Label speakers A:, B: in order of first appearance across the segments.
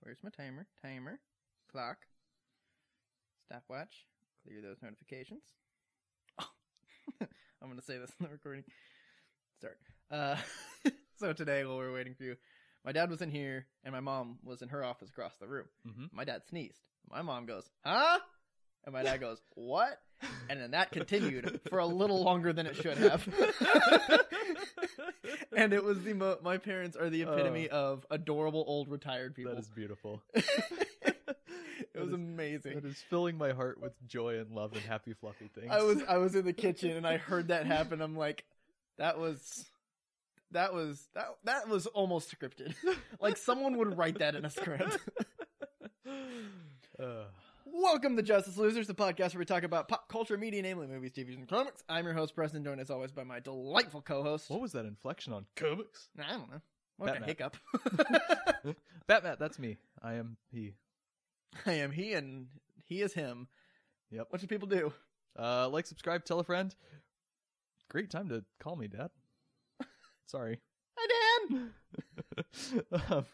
A: Where's my timer? Timer. Clock. Stopwatch. Clear those notifications. I'm going to say this in the recording. Start. Uh, so today, while we were waiting for you, my dad was in here and my mom was in her office across the room.
B: Mhm.
A: My dad sneezed. My mom goes, huh? And my dad goes, what? And then that continued for a little longer than it should have. and it was the mo- my parents are the epitome of adorable old retired people.
B: Oh. That is beautiful.
A: it
B: that
A: was
B: is-
A: amazing.
B: It is filling my heart with joy and love and happy fluffy things.
A: I was I was in the kitchen and I heard that happen. I'm like, that was that was that that was almost scripted. like someone would write that in a script.
B: Uh,
A: Welcome to Justice Losers, the podcast where we talk about pop culture media, namely movies, TVs, and comics. I'm your host Preston, joined as always by my delightful co-host.
B: what was that inflection on comics?
A: Nah, I don't know. What kind of hiccup?
B: Batman, that's me. I am he.
A: I am he and he is him.
B: Yep.
A: What should people do?
B: Uh, like, subscribe, tell a friend. Great time to call me, Dad. Sorry.
A: Hi, Dan.
B: Um,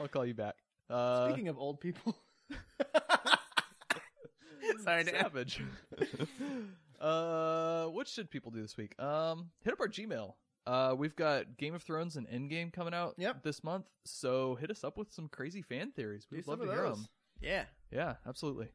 B: I'll call you back. Uh,
A: Speaking of old people. Sorry, Dan.
B: Savage. uh, what should people do this week? Um, hit up our Gmail. Uh, we've got Game of Thrones and Endgame coming out
A: Yep.
B: this month, so hit us up with some crazy fan theories. We'd love to hear them.
A: Yeah.
B: Yeah, absolutely.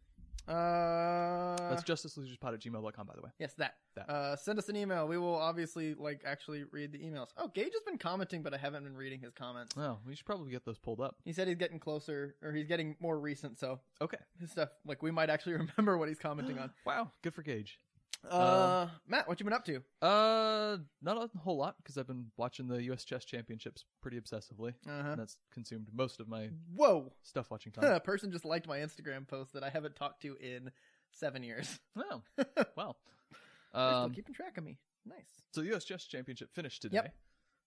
A: Uh,
B: That's justiceloserspod at gmail.com, by the way.
A: yes, that.
B: That.
A: Uh, send us an email. We will obviously like actually read the emails. Oh, Gage has been commenting, but I haven't been reading his comments.
B: Oh, we should probably get those pulled up.
A: He said he's getting closer, or he's getting more recent, so
B: Okay.
A: his stuff like we might actually remember what he's commenting on.
B: Wow, good for Gage.
A: Uh, Matt, what you been up to?
B: Uh, not a whole lot because I've been watching the U.S. Chess Championships pretty obsessively,
A: Uh-huh.
B: and that's consumed most of my
A: Whoa!
B: stuff watching time.
A: A person just liked my Instagram post that I haven't talked to in seven years.
B: oh, wow.
A: They're
B: Um,
A: still keeping track of me. Nice.
B: So the U.S. Chess Championship finished today.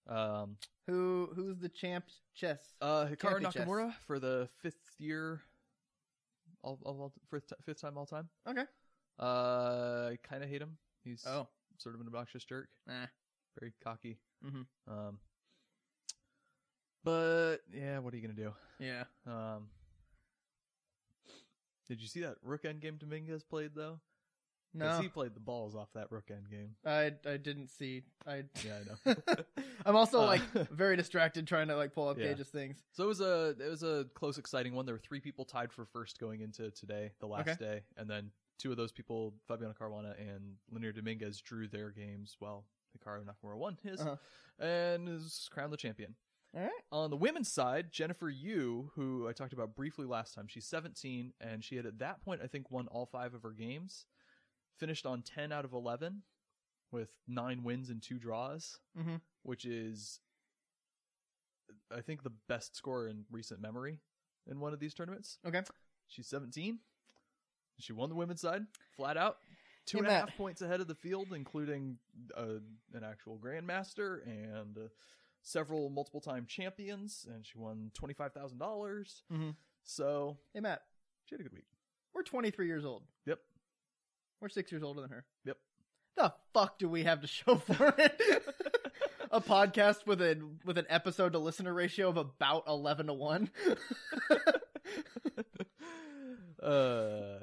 A: Yep.
B: Um,
A: Who who's the champ? Chess.
B: uh, Hikaru
A: Champion chess.
B: Nakamura for the fifth year, all, all, all fifth, ti- fifth time all time.
A: Okay.
B: Uh, I kind of hate him. He's
A: Oh,
B: sort of an obnoxious jerk,
A: nah.
B: very cocky.
A: Mhm.
B: Um, but yeah, what are you gonna
A: Yeah.
B: do? Um, did you see that Rook Endgame Dominguez played though? 'Cause
A: No,
B: he played the balls off that Rook Endgame.
A: I I didn't see. I.
B: Yeah, I know.
A: I'm also
B: Uh,
A: like very distracted trying to like pull up
B: Yeah.
A: Gage's things.
B: So it was a it was a close, exciting one. There were three people tied for first going into today, the last
A: Okay.
B: day, and then two of those people, Fabiano Caruana and Linier Dominguez, drew their games while Hikaru Nakamura won his
A: Uh-huh.
B: and is crowned the champion.
A: All right.
B: On the women's side, Jennifer Yu, who I talked about briefly last time, she's 17 and she had at that point I think won all five of her games, finished on 10 out of 11 with nine wins and two draws,
A: Mhm.
B: which is I think the best score in recent memory in one of these tournaments.
A: Okay.
B: She's 17. She won the women's side flat out. Two
A: Hey,
B: and a half
A: Matt.
B: points ahead of the field, including uh, an actual grandmaster and uh, several multiple time champions. And she won $25,000. dollars
A: Mhm.
B: So
A: Hey Matt,
B: she had a good week.
A: we're 23 years old.
B: Yep.
A: We're six years older than her.
B: Yep.
A: The fuck do we have to show for it? a podcast with a with an episode to listener ratio of about 11 to one.
B: uh,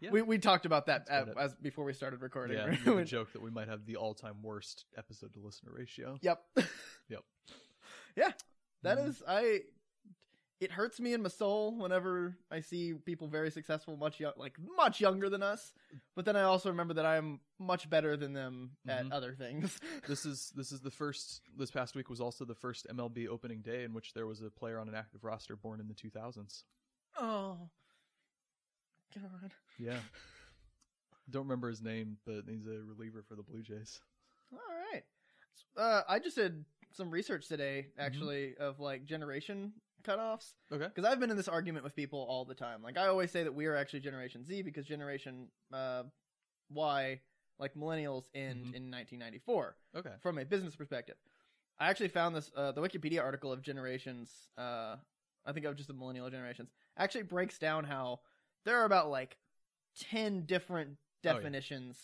B: Yeah.
A: We we talked about that
B: That's
A: at,
B: about
A: as before we started recording.
B: yeah, you made a joke that we might have the all time worst episode to listener ratio.
A: Yep.
B: Yep.
A: Yeah. that
B: Mhm.
A: is. I it hurts me in my soul whenever I see people very successful much yo- like much younger than us, but then I also remember that I am much better than them at
B: Mhm.
A: other things.
B: this is this is the first this past week was also the first MLB opening day in which there was a player on an active roster born in the 2000s.
A: Oh. God.
B: Yeah. Don't remember his name, but he's a reliever for the Blue Jays.
A: All right. Uh, I just did some research today, actually, of like generation cutoffs.
B: Mm-hmm. Okay.
A: because I've been in this argument with people all the time. Like I always say that we are actually Generation Z because Generation uh, Y, like millennials, end
B: Mhm.
A: in 1994
B: Okay.
A: from a business perspective. I actually found this uh, the Wikipedia article of generations. Uh, I think of just the millennial generations actually breaks down how there are about like ten different
B: Oh, yeah.
A: definitions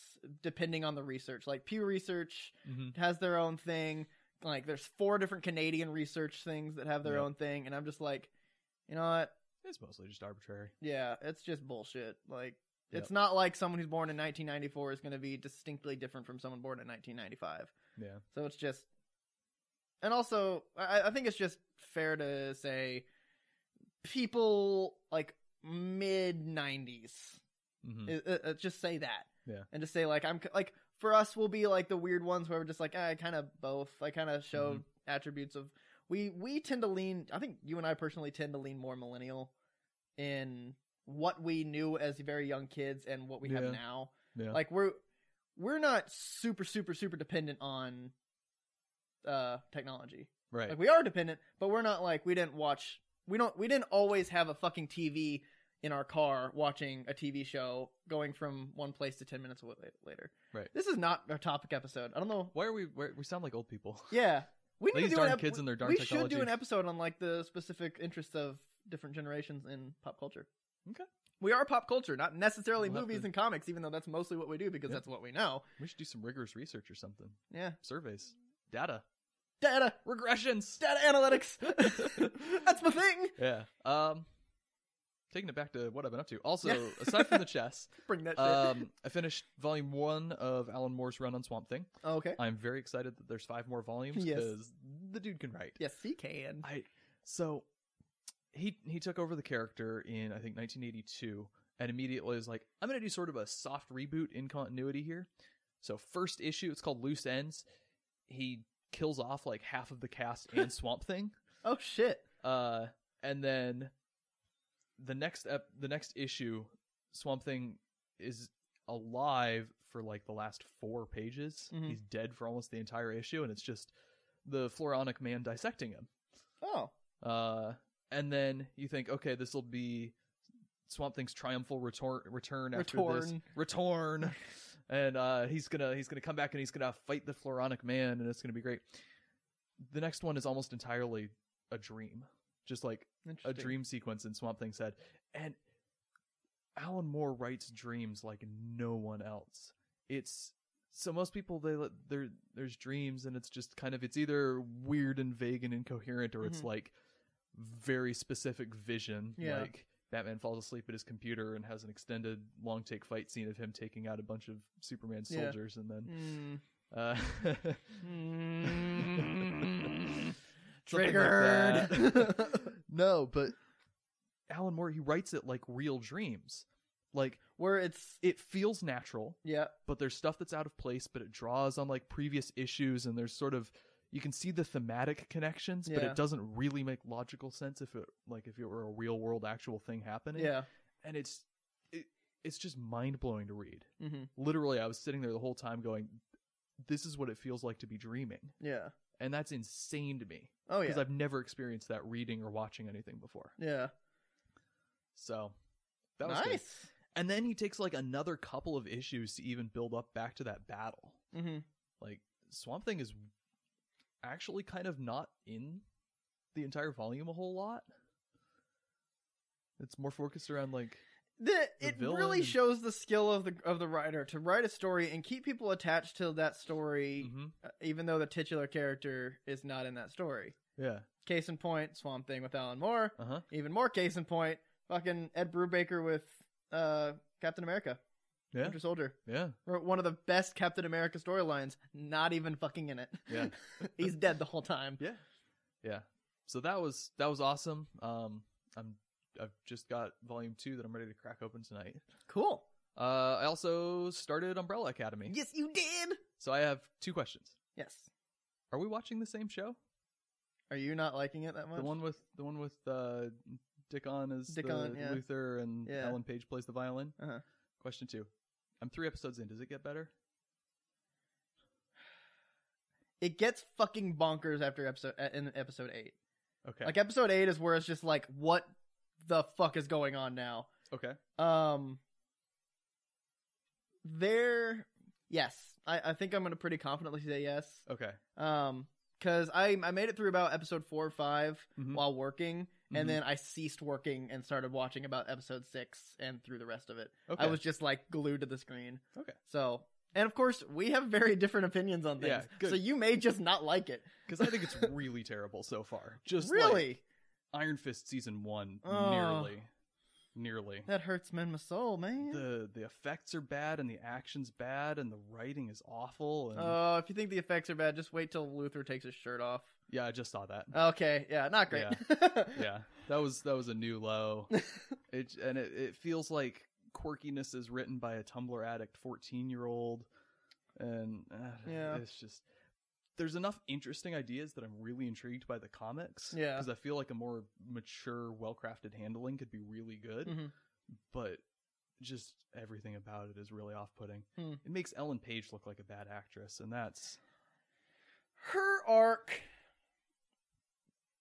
A: depending on the research. Like Pew Research,
B: Mm-hmm.
A: has their own thing. Like there's four different Canadian research things that have their
B: Yep.
A: own thing, and I'm just like, you know what?
B: It's mostly just arbitrary.
A: Yeah, it's just bullshit. Like,
B: Yep.
A: it's not like someone who's born in 1994 is going to be distinctly different from someone born in 1995.
B: Yeah.
A: So it's just, and also, I, I think it's just fair to say people like mid 90s.
B: hmm
A: Uh, uh, uh, just say that.
B: Yeah.
A: And just say like I'm c- like for us we'll be like the weird ones where we're just like I kind of both. I kind of show
B: Mm-hmm.
A: attributes of we we tend to lean. I think you and I personally tend to lean more millennial in what we knew as very young kids and what we
B: Yeah.
A: have now.
B: Yeah.
A: Like we're we're not super super super dependent on uh technology.
B: right.
A: Like we are dependent, but we're not like we didn't watch we don't we didn't always have a fucking TV in our car watching a TV show going from one place to 10 minutes wa- later.
B: Right.
A: This is not a topic episode. I don't know.
B: Why are we? Why, we sound like old people.
A: Yeah. We need to
B: These
A: do
B: darn
A: an ep-
B: kids and their darn
A: We
B: technology.
A: should do an episode on like the specific interests of different generations in pop culture.
B: Okay.
A: We are pop culture, not necessarily
B: We'll have
A: movies
B: to-
A: and comics, even though that's mostly what we do because
B: Yep.
A: that's what we know.
B: We should do some rigorous research or something.
A: Yeah.
B: Surveys, data,
A: Data,
B: regressions.
A: data analytics. that's my thing.
B: Yeah. Um, taking it back to what I've been up to. Also, aside from the chess,
A: Bring that shit.
B: um, I finished volume one of Alan Moore's run on Swamp Thing.
A: Oh, okay.
B: I'm very excited that there's five more volumes
A: Yes.
B: because the dude can write.
A: Yes, he can.
B: I so he he took over the character in I think 1982 and immediately was like I'm going to do sort of a soft reboot in continuity here. So first issue it's called Loose Ends. He kills off like half of the cast and Swamp Thing.
A: Oh shit.
B: Uh and then the next ep- the next issue Swamp Thing is alive for like the last 4 pages.
A: Mhm.
B: He's dead for almost the entire issue and it's just the Floronic man dissecting him.
A: Oh.
B: Uh, and then you think, okay, this will be Swamp Thing's triumphal retor- return after this
A: Retorn.
B: return, and uh, he's gonna he's gonna come back and he's gonna fight the Floronic Man, and it's gonna be great. The next one is almost entirely a dream, just like a
A: Interesting.
B: dream sequence in Swamp Thing said, and Alan Moore writes dreams like no one else. It's so most people they let- there there's dreams and it's just kind of it's either weird and vague and incoherent or it's
A: Mhm.
B: like very specific vision.
A: Yeah.
B: Like Batman falls asleep at his computer and has an extended long take fight scene of him taking out a bunch of Superman
A: Yeah.
B: soldiers and then
A: Mm.
B: uh,
A: Mm.
B: something like that.
A: Triggered.
B: no, but Alan Moore he writes it like real dreams. Like
A: Where it's
B: it feels natural,
A: yeah.
B: but there's stuff that's out of place, but it draws on like previous issues and there's sort of you can see the thematic connections, but
A: Yeah.
B: it doesn't really make logical sense if it like if it were a real world actual thing happening.
A: Yeah.
B: And it's it, it's just mind blowing to read.
A: hmm
B: Literally, I was sitting there the whole time going, This is what it feels like to be dreaming.
A: Yeah.
B: And that's insane to me.
A: Oh yeah.
B: Because I've never experienced that reading or watching anything before.
A: yeah.
B: So that was
A: Nice.
B: good. And then he takes like another couple of issues to even build up back to that battle.
A: Mm-hmm.
B: Like Swamp Thing is actually kind of not in the entire volume a whole lot. It's more focused around like
A: The,
B: The
A: it
B: villain
A: really
B: and-
A: shows the skill of the of the writer to write a story and keep people attached to that story,
B: mhm,
A: uh, even though the titular character is not in that story.
B: yeah,
A: Case in point, Swamp Thing with Alan Moore.
B: uh huh,
A: Even more case in point, fucking Ed Brubaker with uh, Captain America,
B: yeah,
A: Winter Soldier.
B: yeah,
A: wrote one of the best Captain America storylines, not even fucking in it.
B: Yeah.
A: He's dead the whole time.
B: Yeah. yeah. So that was that was awesome. Um, I'm I've just got volume two that I'm ready to crack open tonight.
A: Cool.
B: Uh, I also started Umbrella Academy.
A: Yes, you did.
B: So I have two questions.
A: Yes.
B: Are we watching the same show?
A: Are you not liking it that much?
B: The one with the one with uh, Dickon is
A: Dickon,
B: the
A: yeah.
B: Luther and
A: Yeah.
B: Ellen Page plays the violin.
A: Uh-huh.
B: Question two: I'm three episodes in. Does it get better?
A: It gets fucking bonkers after episode uh, in episode eight.
B: Okay.
A: Like episode eight is where it's just like, what the fuck is going on now?
B: okay.
A: Um. There. Yes, I, I think I'm gonna pretty confidently say yes.
B: Okay.
A: Um, because I I made it through about episode four or five,
B: Mhm.
A: while working
B: Mhm.
A: and then i ceased working and started watching about episode six and through the rest of it
B: Okay.
A: i was just like glued to the screen
B: Okay.
A: so and of course we have very different opinions on things
B: Yeah, good.
A: so you may just not like it
B: because I think it's really terrible so far. Just like,
A: really
B: Iron Fist season one,
A: Oh.
B: nearly, nearly.
A: That hurts Menma's soul, man.
B: The the effects are bad and the action's bad and the writing is awful and
A: Oh, if you think the effects are bad, just wait till Luther takes his shirt off.
B: yeah, I just saw that.
A: Okay, yeah, not great.
B: yeah, that was that was a new low. It and it, it feels like quirkiness is written by a Tumblr addict fourteen year old, and uh,
A: Yeah.
B: it's just there's enough interesting ideas that I'm really intrigued by the comics.
A: Yeah.
B: because I feel like a more mature, well crafted handling could be really good,
A: Mhm.
B: but just everything about it is really off putting.
A: Hmm.
B: It makes Ellen Page look like a bad actress, and that's
A: Her arc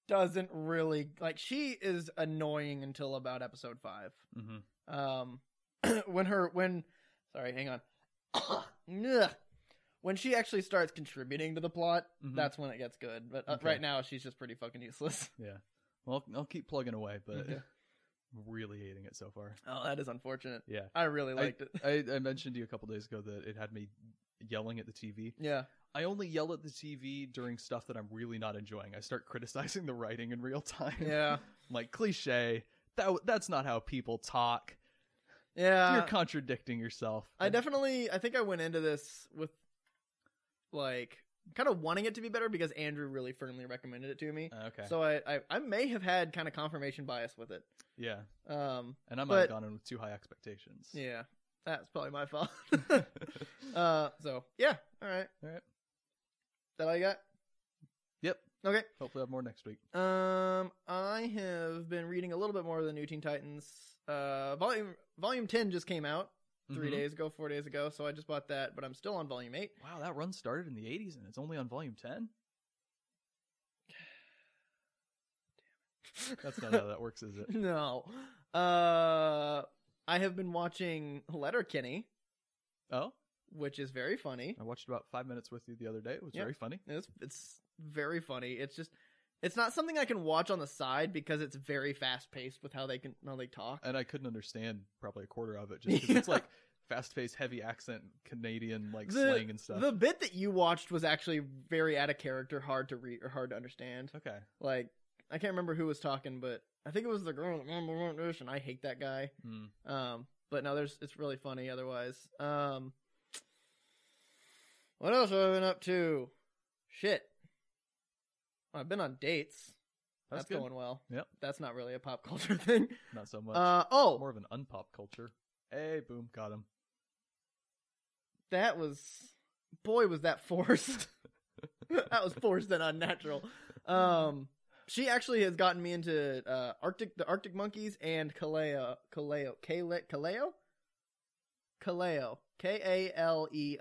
A: doesn't really like she is annoying until about episode 5.
B: mhm.
A: Um when her when sorry, hang on. Ugh. when she actually starts contributing to the plot,
B: Mhm.
A: that's when it gets good. But uh,
B: Okay.
A: right now she's just pretty fucking useless.
B: well, I'll keep plugging away, but
A: Okay. Mm-hmm.
B: I'm really hating it so far.
A: Oh, that is unfortunate.
B: Yeah.
A: I really liked it.
B: I, I mentioned to you a couple days ago that it had me yelling at the TV.
A: Yeah.
B: I only yell at the TV during stuff that I'm really not enjoying. I start criticizing the writing in real time.
A: Yeah.
B: I'm like cliche. That w- that's not how people talk.
A: Yeah.
B: You're contradicting yourself.
A: Uh, I definitely I think I went into this with like kind of wanting it to be better because Andrew really firmly recommended it to me.
B: Uh, okay.
A: So I, I I may have had kind of confirmation bias with it.
B: yeah,
A: Um
B: and I might have
A: but-
B: gone in with too high expectations.
A: yeah. That's probably my fault.
B: All
A: uh so yeah, all right.
B: right.
A: That I got.
B: Yep.
A: Okay.
B: Hopefully, I have more next week.
A: Um, I have been reading a little bit more of the New Teen Titans. Uh, volume volume ten just came out 3
B: Mhm.
A: days ago, four days ago. So I just bought that, but I'm still on volume eight.
B: Wow, that run started in the 80s and it's only on volume 10. That's not how that works, is it?
A: no. Uh, I have been watching Letterkenny,
B: Oh,
A: which is very funny.
B: I watched about five minutes with you the other day. It was
A: Yep.
B: very funny.
A: It's it's very funny. It's just it's not something I can watch on the side because it's very fast paced with how they can how they talk.
B: and I couldn't understand probably a quarter of it just 'cause it's like fast paced, heavy accent, Canadian like
A: The-
B: slang and stuff.
A: The bit that you watched was actually very out of character, hard to read or hard to understand.
B: Okay,
A: Like I can't remember who was talking, but I think it was the girl that remember weren't this, and I hate that guy.
B: Hmm.
A: Um, but no, there's it's really funny otherwise. Um, what else have I been up to? Shit, I've been on dates.
B: that's,
A: That's,
B: good.
A: going well.
B: Yep.
A: that's not really a pop culture thing.
B: Not so much.
A: Uh oh,
B: More of an unpop culture. Hey, boom, got him.
A: that was boy was that forced that was forced and unnatural um she actually has gotten me into uh arctic the arctic monkeys and kaleo kaleo kaleo kaleo kaleo k-a-l-e-o E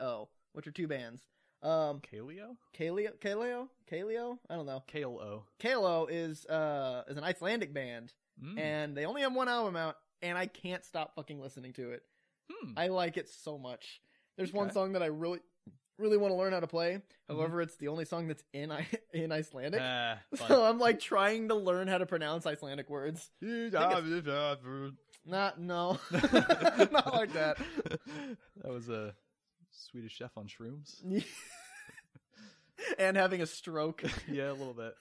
A: which are two bands um
B: Kaleo,
A: kaleo kaleo kaleo i don't know
B: Kale O.
A: kaleo is uh is an icelandic band
B: Mm.
A: and they only have one album out and i can't stop fucking listening to it
B: Hmm.
A: I like it so much. There's one
B: Okay. Mm-hmm.
A: song that I really, really want to learn how to play. However, it's the only song that's in I- in Icelandic.
B: Ah, fun.
A: so I'm like trying to learn how to pronounce Icelandic words. Not no, not like that.
B: That was a Swedish chef on shrooms.
A: and having a stroke.
B: yeah, a little bit.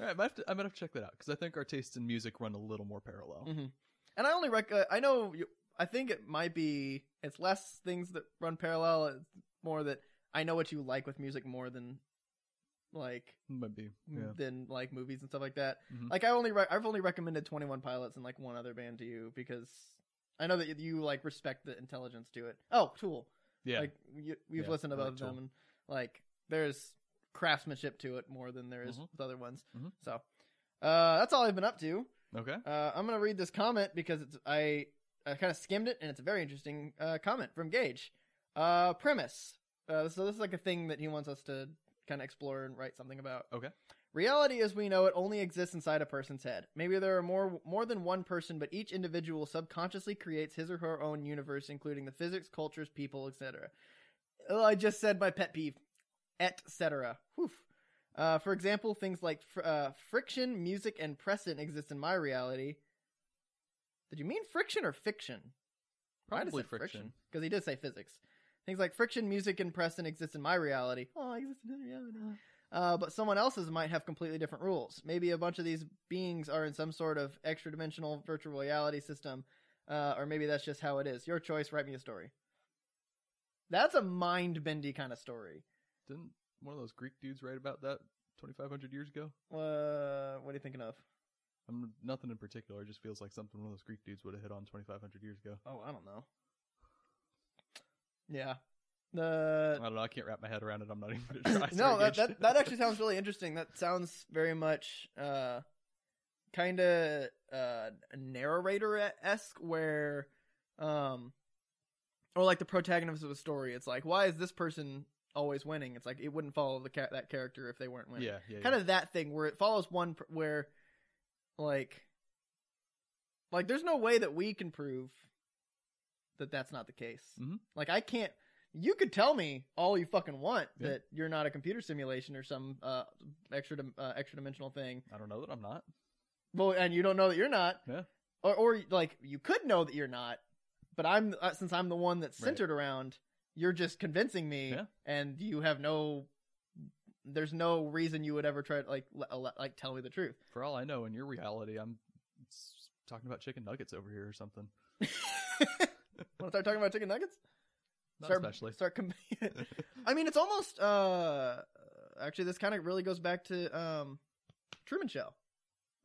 B: All right, I might have to, I might have to check that out because I think our tastes in music run a little more parallel.
A: Mhm. And I only rec. uh, I know. You- I think it might be. It's less things that run parallel. It's more that I know what you like with music more than like
B: Might be.
A: Mm-hmm.
B: Yeah.
A: than like movies and stuff like that.
B: Mhm.
A: Like I only re- I've only recommended Twenty One Pilots and like one other band to you because I know that you, you like respect the intelligence to it. Oh, Tool.
B: Yeah.
A: Like you, we've
B: Yeah,
A: listened to
B: I
A: both
B: like
A: of them
B: Tool.
A: and like there's craftsmanship to it more than there is
B: Mhm.
A: with other ones.
B: Mhm.
A: So uh, that's all I've been up to.
B: okay.
A: Uh, I'm gonna read this comment because it's I I kind of skimmed it and it's a very interesting uh, comment from Gage. Uh, premise. Uh, so this is like a thing that he wants us to kind of explore and write something about.
B: Okay.
A: Reality as we know it only exists inside a person's head. Maybe there are more more than one person, but each individual subconsciously creates his or her own universe, including the physics, cultures, people, etc. Oh, I just said my pet peeve, etc. Whew. Uh, for example, things like fr- uh, friction, music, and precedent exist in my reality. Did you mean friction or fiction? I just
B: Probably
A: said
B: friction.
A: because he did say physics. Things like friction, music, and precedent exist in my reality. Oh, I exist in his reality. Uh, but someone else's might have completely different rules. Maybe a bunch of these beings are in some sort of extra dimensional virtual reality system, uh, or maybe that's just how it is. Your choice, write me a story. That's a mind bendy kind of story.
B: Didn't one of those Greek dudes write about that 2,500 years ago?
A: Uh, what are you thinking of?
B: I'm nothing in particular. It just feels like something one of those Greek dudes would have hit on 2,500 years ago.
A: Oh, I don't know. Yeah. The
B: I don't know. I can't wrap my head around it. I'm not even going to try. to
A: no, that,
B: engage
A: that
B: it.
A: that actually sounds really interesting. That sounds very much uh, kind of uh, narrator esque, where, um, or like the protagonist of a story. It's like, why is this person always winning? It's like it wouldn't follow the ca- that character if they weren't winning.
B: Yeah, yeah.
A: Kind of that thing where it follows one pr- where, like, like there's no way that we can prove that that's not the case.
B: Mhm.
A: Like I can't you could tell me all you fucking want
B: Yeah.
A: that you're not a computer simulation or some uh, extra dim- uh, extra dimensional thing.
B: I don't know that I'm not.
A: Well, and you don't know that you're not.
B: Yeah.
A: Or, or like you could know that you're not, but I'm uh, since I'm the one that's
B: Right.
A: centered around. You're just convincing me,
B: Yeah.
A: and you have no. There's no reason you would ever try to like le- like tell me the truth.
B: For all I know, in your reality, I'm s- talking about chicken nuggets over here or something.
A: Want to start talking about chicken nuggets?
B: Not
A: start,
B: especially.
A: Start com- I mean, it's almost uh actually this kind of really goes back to um Truman Show,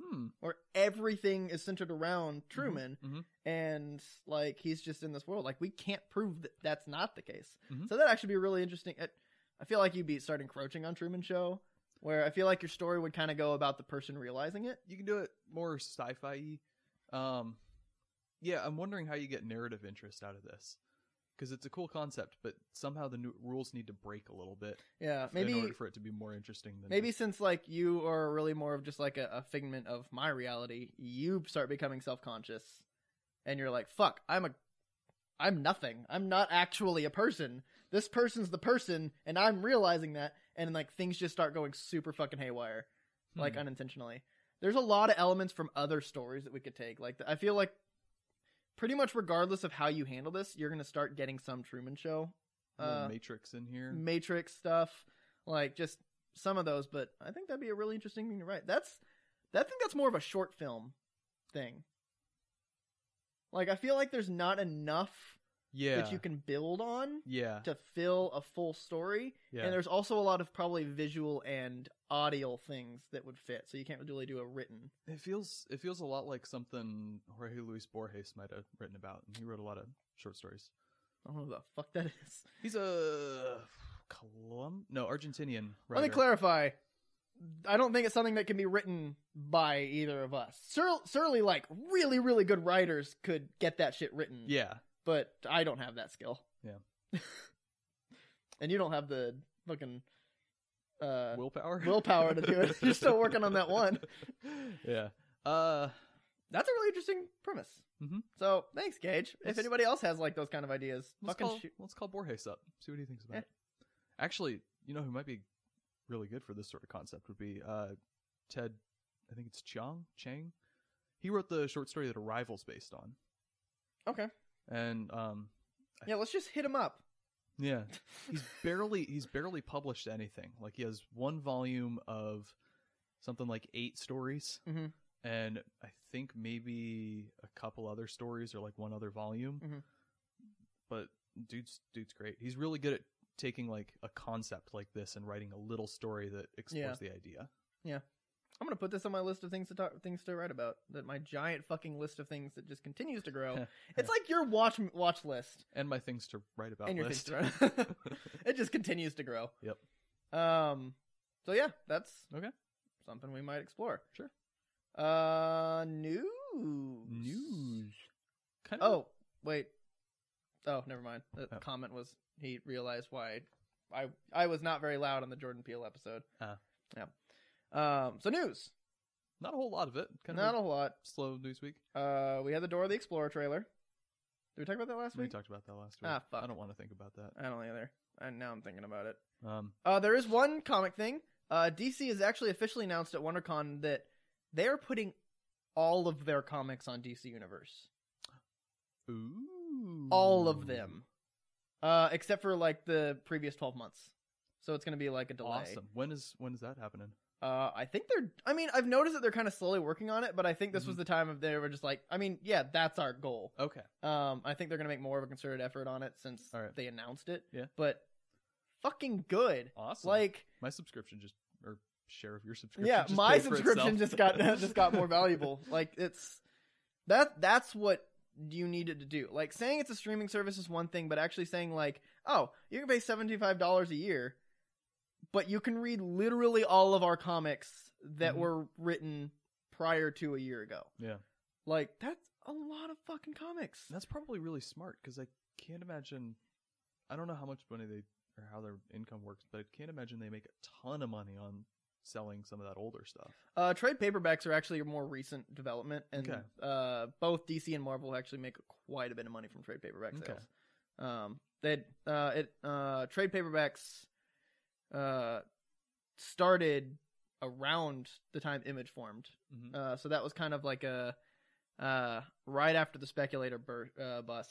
B: hmm.
A: where everything is centered around Truman
B: mhm.
A: and like he's just in this world. Like we can't prove that that's not the case.
B: Mhm.
A: So that actually be really interesting. I, I feel like you'd be start encroaching on Truman Show, where I feel like your story would kind of go about the person realizing it.
B: You can do it more sci-fi. Um, yeah, I'm wondering how you get narrative interest out of this because it's a cool concept, but somehow the new rules need to break a little bit
A: Yeah,
B: in
A: maybe
B: order for it to be more interesting. Than
A: Maybe
B: just-
A: since like you are really more of just like a, a figment of my reality, you start becoming self conscious, and you're like, "Fuck, I'm a, I'm nothing. I'm not actually a person. This person's the person, and I'm realizing that." And like things just start going super fucking haywire, like
B: Hmm.
A: unintentionally. There's a lot of elements from other stories that we could take. Like I feel like pretty much regardless of how you handle this, you're gonna start getting some Truman Show
B: A little
A: uh,
B: Matrix in here.
A: Matrix stuff, like just some of those. But I think that'd be a really interesting thing to write. That's that I think that's more of a short film thing. Like I feel like there's not enough
B: yeah,
A: that you can build on
B: yeah,
A: to fill a full story,
B: yeah.
A: and there's also a lot of probably visual and audio things that would fit. So you can't really do a written.
B: It feels it feels a lot like something Jorge Luis Borges might have written about, and he wrote a lot of short stories.
A: I don't know who the fuck that is.
B: He's a Colum no Argentinian. Writer.
A: Let me clarify. I don't think it's something that can be written by either of us. Sur- certainly, like really, really good writers could get that shit written.
B: Yeah,
A: but I don't have that skill.
B: Yeah.
A: and you don't have the fucking uh,
B: willpower.
A: willpower to do it. You're still working on that one.
B: Yeah. Uh,
A: That's a really interesting premise.
B: Mhm.
A: So thanks, Gage. if
B: Let's-
A: anybody else has like those kind of ideas,
B: let's
A: fucking
B: call,
A: shoot.
B: let's call Borges up. See what he thinks about
A: Yeah.
B: it. Actually, you know who might be really good for this sort of concept would be uh, Ted. I think it's Chiang Chang. He wrote the short story that Arrival's based on,
A: Okay.
B: and um,
A: Yeah, let's just hit him up.
B: yeah, he's barely he's barely published anything. Like he has one volume of something like eight stories,
A: Mhm.
B: and I think maybe a couple other stories or like one other volume.
A: Mhm.
B: But dude's dude's great. He's really good at taking like a concept like this and writing a little story that explores the idea.
A: I'm gonna put this on my list of things to talk, things to write about. That my giant fucking list of things that just continues to grow. it's like your watch watch list.
B: And my things to write about
A: and your
B: list.
A: things to write. it just continues to grow.
B: Yep.
A: Um. So yeah, that's
B: Okay.
A: Something we might explore.
B: Sure.
A: Uh, news.
B: News. Kind of
A: Oh wait. Oh, never mind. The
B: Oh.
A: comment was he realized why I I was not very loud on the Jordan Peele episode.
B: Ah.
A: Yeah. Um. So news.
B: not a whole lot of it. Kind
A: not a
B: of
A: whole lot.
B: slow news week.
A: Uh, we had the Door of the Explorer trailer. Did we talk about that last
B: We
A: week?
B: talked about that last week.
A: Ah, fuck.
B: I don't want to think about that.
A: I don't either. I, now I'm thinking about it.
B: Um,
A: Uh, there is one comic thing. Uh, DC has actually officially announced at WonderCon that they are putting all of their comics on DC Universe.
B: Ooh.
A: All of them. Uh, except for like the previous 12 months. So it's going to be like a delay.
B: Awesome. When is when is that happening?
A: Uh, I think they're. I mean, I've noticed that they're kind of slowly working on it, but I think this was
B: Mhm.
A: the time of they were just like, I mean, yeah, that's our goal.
B: Okay.
A: Um, I think they're going to make more of a concerted effort on it since
B: All right.
A: they announced it.
B: Yeah.
A: But fucking good.
B: Awesome.
A: Like
B: my subscription just or share of your subscription.
A: yeah,
B: just
A: my
B: paid for
A: subscription
B: itself.
A: just got just got more valuable. Like it's that that's what you needed to do. Like saying it's a streaming service is one thing, but actually saying like, oh, you can pay seventy five dollars a year, but you can read literally all of our comics that
B: Mhm.
A: were written prior to a year ago.
B: Yeah.
A: like that's a lot of fucking comics.
B: That's probably really smart because I can't imagine. I don't know how much money they or how their income works, but I can't imagine they make a ton of money on selling some of that older stuff.
A: Uh, trade paperbacks are actually a more recent development, and
B: Okay.
A: uh, both DC and Marvel actually make quite a bit of money from trade paperback
B: Okay.
A: sales. Um, they uh, it uh, trade paperbacks uh, started around the time Image formed,
B: Mm-hmm.
A: uh, so that was kind of like a uh, right after the speculator bur- uh, bust.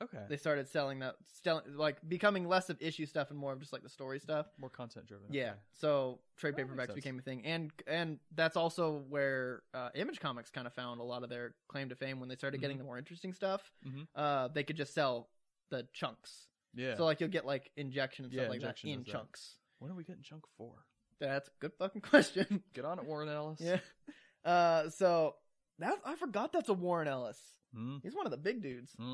B: okay,
A: They started selling that, sell- like becoming less of issue stuff and more of just like the story stuff.
B: more content driven.
A: Yeah. So trade
B: That makes
A: paperbacks
B: sense.
A: became a thing, and and that's also where uh, Image Comics kind of found a lot of their claim to fame when they started
B: Mm-hmm.
A: getting the more interesting stuff.
B: Mhm.
A: Uh, they could just sell the chunks,
B: yeah.
A: so like you'll get like injection and stuff
B: Yeah,
A: like that
B: Injection
A: in
B: does that.
A: chunks.
B: when are we getting chunk four?
A: That's a good fucking question.
B: Get on it, Warren Ellis.
A: yeah. Uh, so that I forgot that's a Warren Ellis.
B: Mm-hmm.
A: He's one of the big dudes.
B: He's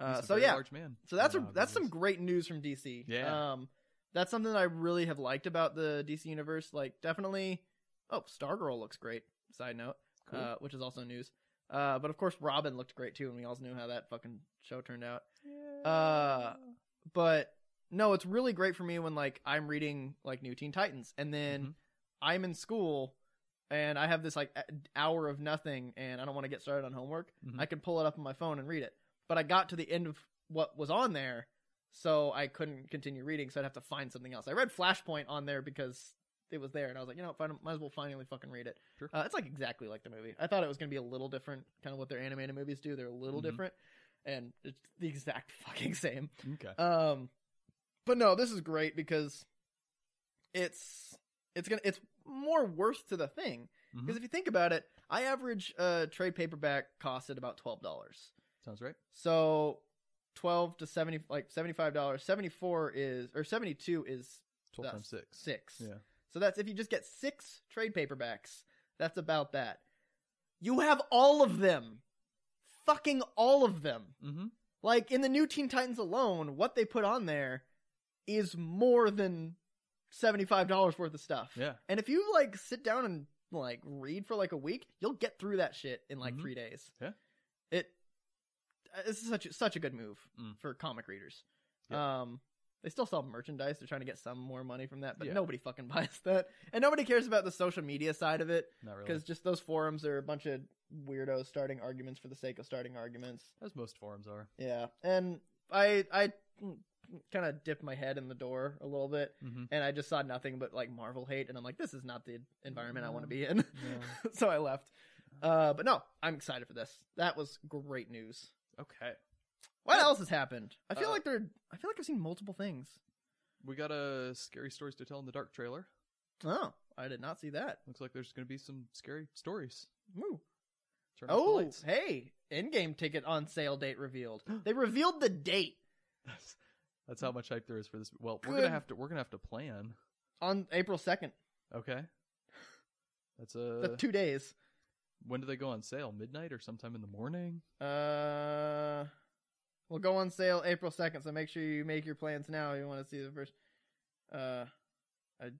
A: Uh,
B: a
A: so
B: very
A: yeah,
B: large man.
A: So that's
B: Yeah,
A: a, that's
B: obviously.
A: some great news from DC.
B: Yeah.
A: Um, that's something that I really have liked about the DC universe. Like, definitely. Oh, Stargirl looks great. Side note,
B: Cool.
A: uh, which is also news. Uh, but of course, Robin looked great too, and we all knew how that fucking show turned out. uh, But no, it's really great for me when like I'm reading like New Teen Titans, and then
B: Mhm.
A: I'm in school, and I have this like a- hour of nothing, and I don't want to get started on homework.
B: Mhm.
A: I could pull it up on my phone and read it. But I got to the end of what was on there, so I couldn't continue reading. So I'd have to find something else. I read Flashpoint on there because it was there, and I was like, you know, what, might as well finally fucking read it.
B: Sure.
A: Uh, it's like exactly like the movie. I thought it was going to be a little different, kind of what their animated movies do. They're a little
B: Mhm.
A: different, and it's the exact fucking same.
B: Mm-hmm. okay.
A: Um, but no, this is great because it's it's gonna it's more worth to the thing
B: Mhm.
A: because if you think about it, I average uh trade paperback cost at about twelve dollars.
B: Sounds right.
A: So twelve to seventy like seventy five dollars. Seventy four is or seventy two is
B: Twelve
A: That's
B: times six.
A: six.
B: Yeah.
A: So that's if you just get six trade paperbacks, that's about that. You have all of them. Fucking all of them.
B: Mm-hmm.
A: Like in the new Teen Titans alone, what they put on there is more than $75 worth of stuff.
B: Yeah.
A: And if you like sit down and like read for like a week, you'll get through that shit in like
B: Mhm.
A: 3 days.
B: Yeah.
A: It uh, this is such a, such a good move
B: Mm.
A: for comic readers.
B: Yeah.
A: Um they still sell merchandise. They're trying to get some more money from that, but
B: Yeah.
A: nobody fucking buys that. And nobody cares about the social media side of it
B: Not really.
A: because just those forums are a bunch of weirdos starting arguments for the sake of starting arguments.
B: as most forums are.
A: Yeah, and I I kind of dipped my head in the door a little bit,
B: Mm-hmm.
A: and I just saw nothing but like Marvel hate, and I'm like, this is not the environment I want to
B: No.
A: be in,
B: No.
A: so I left. Uh, but no, I'm excited for this. That was great news.
B: Okay.
A: What else has happened? I feel
B: Uh,
A: like there. I feel like I've seen multiple things.
B: We got a scary stories to tell in the dark trailer.
A: Oh, I did not see that.
B: Looks like there's going to be some scary stories.
A: Woo.
B: Turn off the
A: Oh,
B: lights.
A: hey, in-game ticket on sale date revealed. they revealed the date
B: That's, that's how much hype there is for this. Well, we're gonna
A: Good.
B: have to we're gonna have to plan.
A: on April second.
B: Okay. That's a.
A: That's two days.
B: when do they go on sale? Midnight or sometime in the morning?
A: Uh, will go on sale April second, so make sure you make your plans now. if You want to see the first. Uh, I,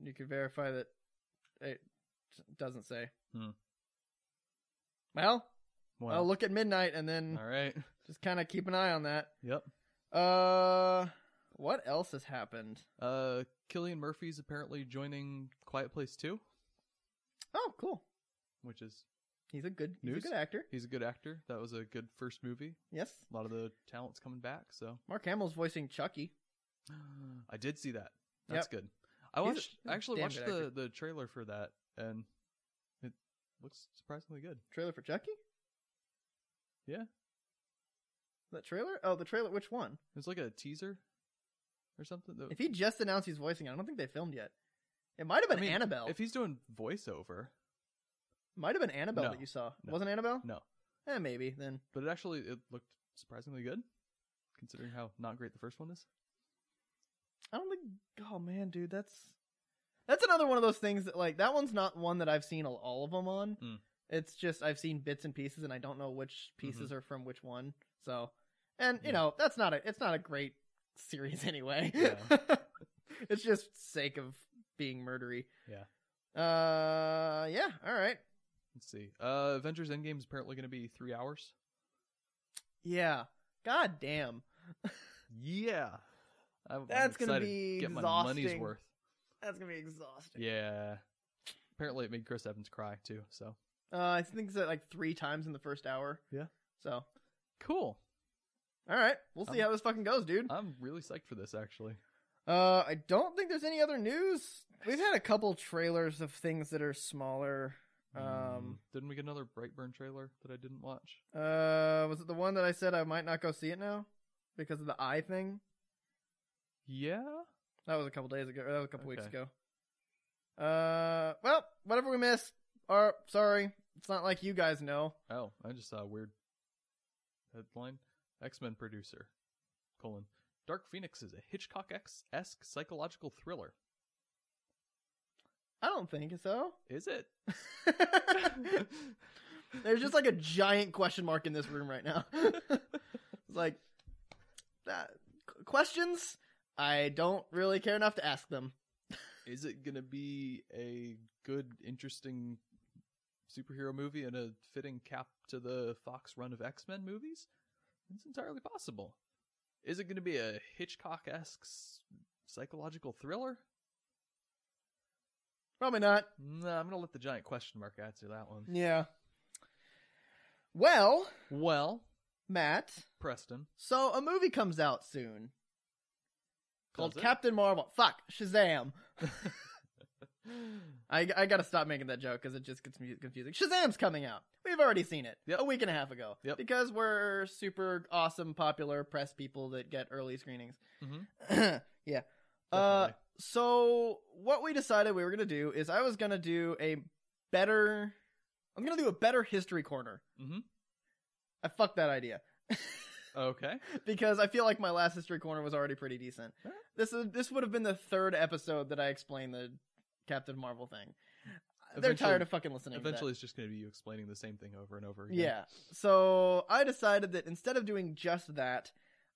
A: you can verify that it doesn't say.
B: Hmm.
A: Well,
B: Well,
A: I'll look at midnight and then
B: all right.
A: just kind of keep an eye on that.
B: Yep.
A: Uh, what else has happened?
B: Uh, Killian Murphy's apparently joining Quiet Place Two,
A: Oh, cool.
B: which is
A: He's a good. He's
B: News?
A: a good actor.
B: he's a good actor. That was a good first movie.
A: Yes.
B: A lot of the talents coming back. So
A: Mark Hamill's voicing Chucky.
B: I did see that. That's
A: Yep.
B: good. I
A: He's a-
B: watched.
A: he's a
B: I actually
A: damn
B: watched
A: good actor.
B: the the trailer for that, and it looks surprisingly good.
A: Trailer for Chucky.
B: Yeah.
A: The trailer? Oh, the trailer. Which one?
B: It was like a teaser. or something. The-
A: If he just announced he's voicing it, I don't think they filmed yet. It might have
B: I
A: been
B: mean,
A: Annabelle.
B: If he's doing voiceover,
A: might have been Annabelle
B: No,
A: that you saw.
B: no,
A: Wasn't Annabelle?
B: no.
A: Eh, maybe then.
B: but it actually it looked surprisingly good, considering how not great the first one is.
A: I don't think. Oh man, dude, that's that's another one of those things that like that one's not one that I've seen all, all of them on.
B: Mm.
A: It's just I've seen bits and pieces, and I don't know which pieces are from which one. So, and you
B: Mm-hmm. Yeah.
A: know that's not a it's not a great series anyway.
B: Yeah.
A: it's just sake of being murdery.
B: Yeah.
A: Uh, yeah. All right.
B: Let's see. Uh, Avengers Endgame is apparently going to be three hours.
A: Yeah. God damn.
B: Yeah, I'm, I'm
A: That's gonna
B: excited.
A: be
B: get my money's
A: exhausting.
B: worth.
A: That's gonna be exhausting.
B: Yeah. Apparently, it made Chris Evans cry too. So
A: Uh, I think it's uh, like three times in the first hour.
B: Yeah.
A: So, all
B: cool.
A: right, we'll see
B: Um,
A: how this fucking goes, dude.
B: I'm really psyched for this actually.
A: Uh, I don't think there's any other news. We've had a couple trailers of things that are smaller. Um,
B: Mm. didn't we get another Brightburn trailer that I didn't watch? Mm.
A: uh, was it the one that I said I might not go see it now because of the eye thing?
B: Yeah.
A: That was a couple days ago. Or that was a couple weeks
B: Okay.
A: ago. Uh, well, whatever we missed. Or sorry, it's not like you guys know.
B: Oh, I just saw a weird headline: X Men producer colon Dark Phoenix is a Hitchcock esque psychological thriller.
A: I don't think so.
B: Is it?
A: There's just like a giant question mark in this room right now. It's like that questions. I don't really care enough to ask them.
B: is it gonna be a good, interesting superhero movie and a fitting cap to the Fox run of X Men movies? It's entirely possible. Is it gonna be a Hitchcock esque psychological thriller?
A: Probably not.
B: No, I'm gonna let the giant question mark answer that one.
A: Yeah. Well,
B: Well,
A: Matt,
B: Preston
A: so a movie comes out soon called
B: does it?
A: Captain Marvel. Fuck, Shazam. I, I gotta stop making that joke because it just gets mu- confusing. Shazam's coming out. We've already seen it
B: Yep.
A: a week and a half ago
B: Yep.
A: because we're super awesome, popular press people that get early screenings.
B: Mhm.
A: yeah. Uh, so what we decided we were gonna do is I was gonna do a better. I'm gonna do a better history corner.
B: Mhm.
A: I fucked that idea
B: okay.
A: because I feel like my last history corner was already pretty decent.
B: Alright.
A: This is this would have been the third episode that I explained the Captain Marvel thing. They're
B: Eventually-
A: tired of fucking listening. to that.
B: Eventually, it's just gonna be you explaining the same thing over and over again.
A: Yeah. So I decided that instead of doing just that,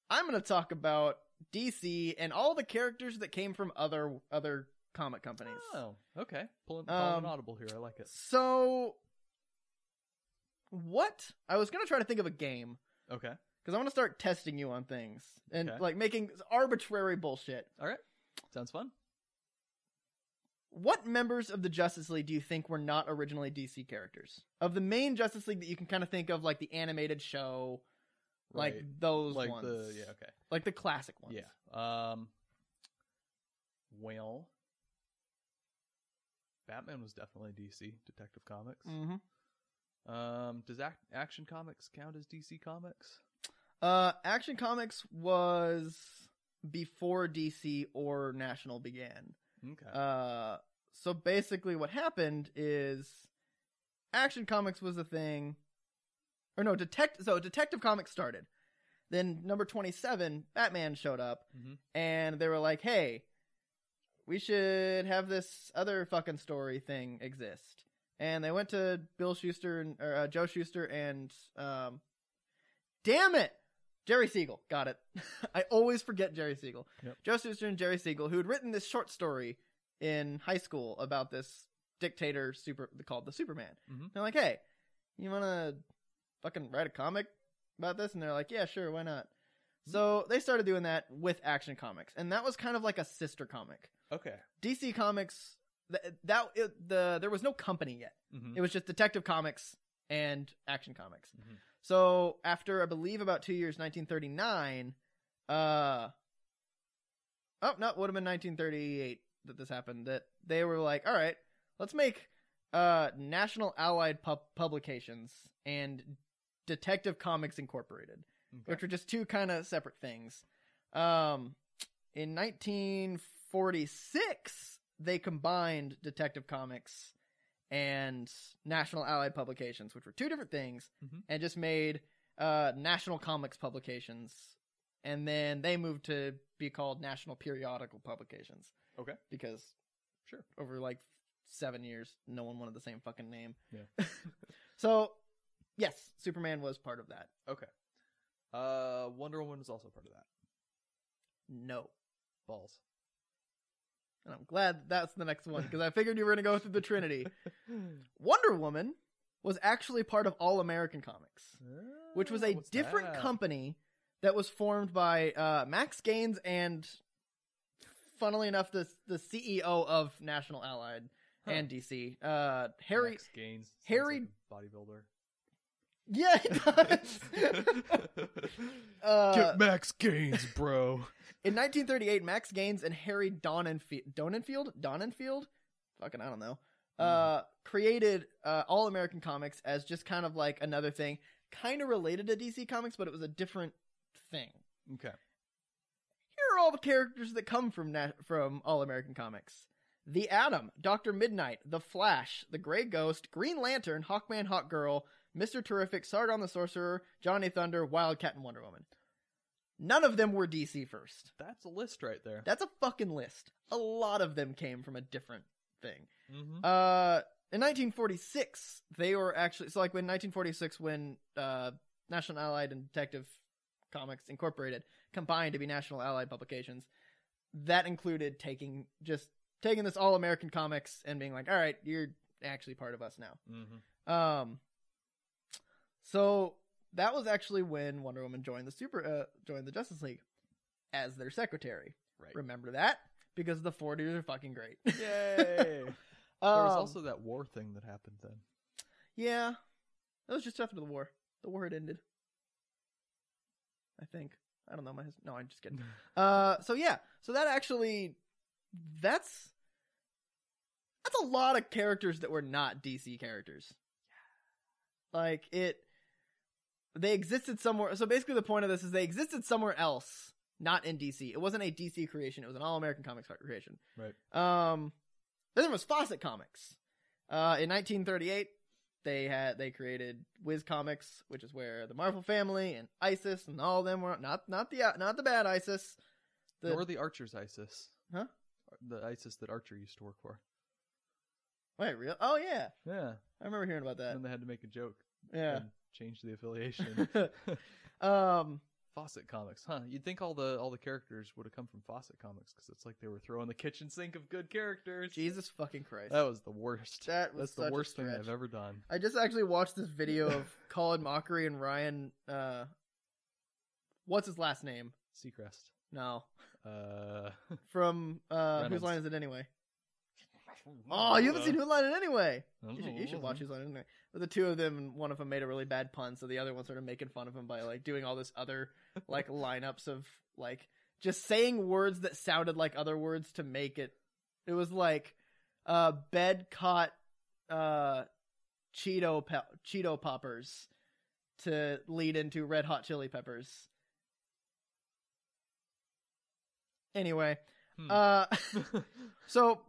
A: I'm going to talk about DC and all the characters that came from other other comic companies.
B: Oh, okay. Pulling, pulling
A: Um,
B: an audible here. I like it.
A: So what? I was going to try to think of a game
B: Okay.
A: because I want to start testing you on things and
B: Okay.
A: like making arbitrary bullshit.
B: All right. Sounds fun.
A: What members of the Justice League do you think were not originally DC characters? Of the main Justice League that you can kind of think of, like the animated show, like
B: Right.
A: those
B: like
A: ones,
B: the yeah okay
A: like the classic ones.
B: yeah um well batman was definitely dc detective comics
A: Mm-hmm.
B: um does Ac- action comics count as dc comics
A: Uh, Action Comics was before DC or National began.
B: okay
A: Uh, so basically, what happened is Action Comics was a thing, or no, detect. So Detective Comics started. Then number twenty-seven, Batman showed up,
B: Mhm.
A: and they were like, "Hey, we should have this other fucking story thing exist." And they went to Bill Schuster and or, uh, Joe Schuster and um, damn it, Jerry Siegel. Got it. I always forget Jerry Siegel.
B: Yep.
A: Joe Schuster and Jerry Siegel, who had written this short story in high school about this dictator super called the Superman.
B: Mhm.
A: They're like, "Hey, you want to fucking write a comic about this?" And they're like, "Yeah, sure, why not?" So they started doing that with Action Comics, and that was kind of like a sister comic.
B: okay
A: DC Comics th- that it, the there was no company yet.
B: hmm
A: It was just Detective Comics and Action Comics.
B: Mhm.
A: So after I believe about two years, 1939, uh, oh no, it would have been 1938 that this happened. That they were like, all right, let's make uh National Allied Pub- Publications and Detective Comics Incorporated,
B: okay.
A: which were just two kind of separate things. Um, In 1946, they combined Detective Comics and National Allied Publications, which were two different things,
B: Mhm.
A: and just made uh, National Comics Publications. And then they moved to be called National Periodical Publications.
B: Okay.
A: Because
B: Sure.
A: over like seven years, no one wanted the same fucking name.
B: Yeah.
A: So, yes, Superman was part of that.
B: Uh, Wonder Woman is also part of that.
A: No.
B: Balls.
A: And I'm glad that that's the next one because I figured you were going to go through the Trinity. Wonder Woman was actually part of All American Comics, which was a
B: Oh, What's
A: different
B: that?
A: company that was formed by uh, Max Gaines and, funnily enough, the the CEO of National Allied
B: Huh.
A: and DC, uh, Harry.
B: Max Gaines. sounds
A: Harry-
B: like a bodybuilder.
A: Yeah, he does. uh,
B: Get Max Gaines, bro.
A: in 1938, Max Gaines and Harry Donenfield, Donenfield, Donenfield, fucking I don't know, uh, created uh, All American Comics as just kind of like another thing, kind of related to DC Comics, but it was a different thing.
B: okay.
A: Here are all the characters that come from Na- from All American Comics: the Atom, Doctor Midnight, the Flash, the Gray Ghost, Green Lantern, Hawkman, Hawkgirl, Mister Terrific, Sardon the Sorcerer, Johnny Thunder, Wildcat, and Wonder Woman. None of them were DC first.
B: That's a list right there.
A: That's a fucking list. A lot of them came from a different thing.
B: mm-hmm.
A: Uh, in 1946, they were actually so like when 1946 when uh, National Allied and Detective Comics Incorporated combined to be National Allied Publications. That included taking just taking this all American comics and being like, all right, you're actually part of us now.
B: Mm-hmm.
A: Um, so that was actually when Wonder Woman joined the super uh, joined the Justice League as their secretary.
B: Right.
A: Remember that because the 40s are fucking great.
B: Yay. there was
A: Um,
B: also that war thing that happened then.
A: yeah, that was just after the war. The war had ended. I think I don't know my his- no. I'm just kidding. Uh, so yeah, so that actually, that's that's a lot of characters that were not DC characters. Like it, they existed somewhere. So basically, the point of this is they existed somewhere else, not in DC. It wasn't a DC creation. It was an All American Comics creation.
B: Right.
A: Um, then there was Fawcett Comics. Uh, in 1938, they had they created Wiz Comics, which is where the Marvel family and ISIS and all of them were not not the not the bad ISIS. The,
B: Nor the Archer's ISIS.
A: Huh?
B: The ISIS that Archer used to work for.
A: wait, real? Oh yeah,
B: Yeah.
A: I remember hearing about
B: And
A: that.
B: then they had to make a joke
A: Yeah.
B: and change the affiliation.
A: Um.
B: Fawcett Comics, huh? You'd think all the all the characters would have come from Fawcett Comics because it's like they were throwing the kitchen sink of good characters.
A: Jesus fucking Christ.
B: That was the worst.
A: That was
B: That's the
A: such a
B: worst thing
A: stretch.
B: I've ever done.
A: I just actually watched this video of Colin Mockery and Ryan. Uh, what's his last name?
B: Seacrest.
A: No,
B: Uh,
A: from uh, whose
B: Reynolds. Uh,
A: line is it anyway? Oh, you haven't seen Whose Line It Anyway. You should, you should watch Whose Line It Anyway. But the two of them, and one of them made a really bad pun, so the other one started making fun of him by like doing all this other like lineups of like just saying words that sounded like other words to make it. It was like uh, bed caught uh, Cheeto pe- Cheeto poppers to lead into Red Hot Chili Peppers. Anyway,
B: Hmm. Mm-hmm.
A: uh. So,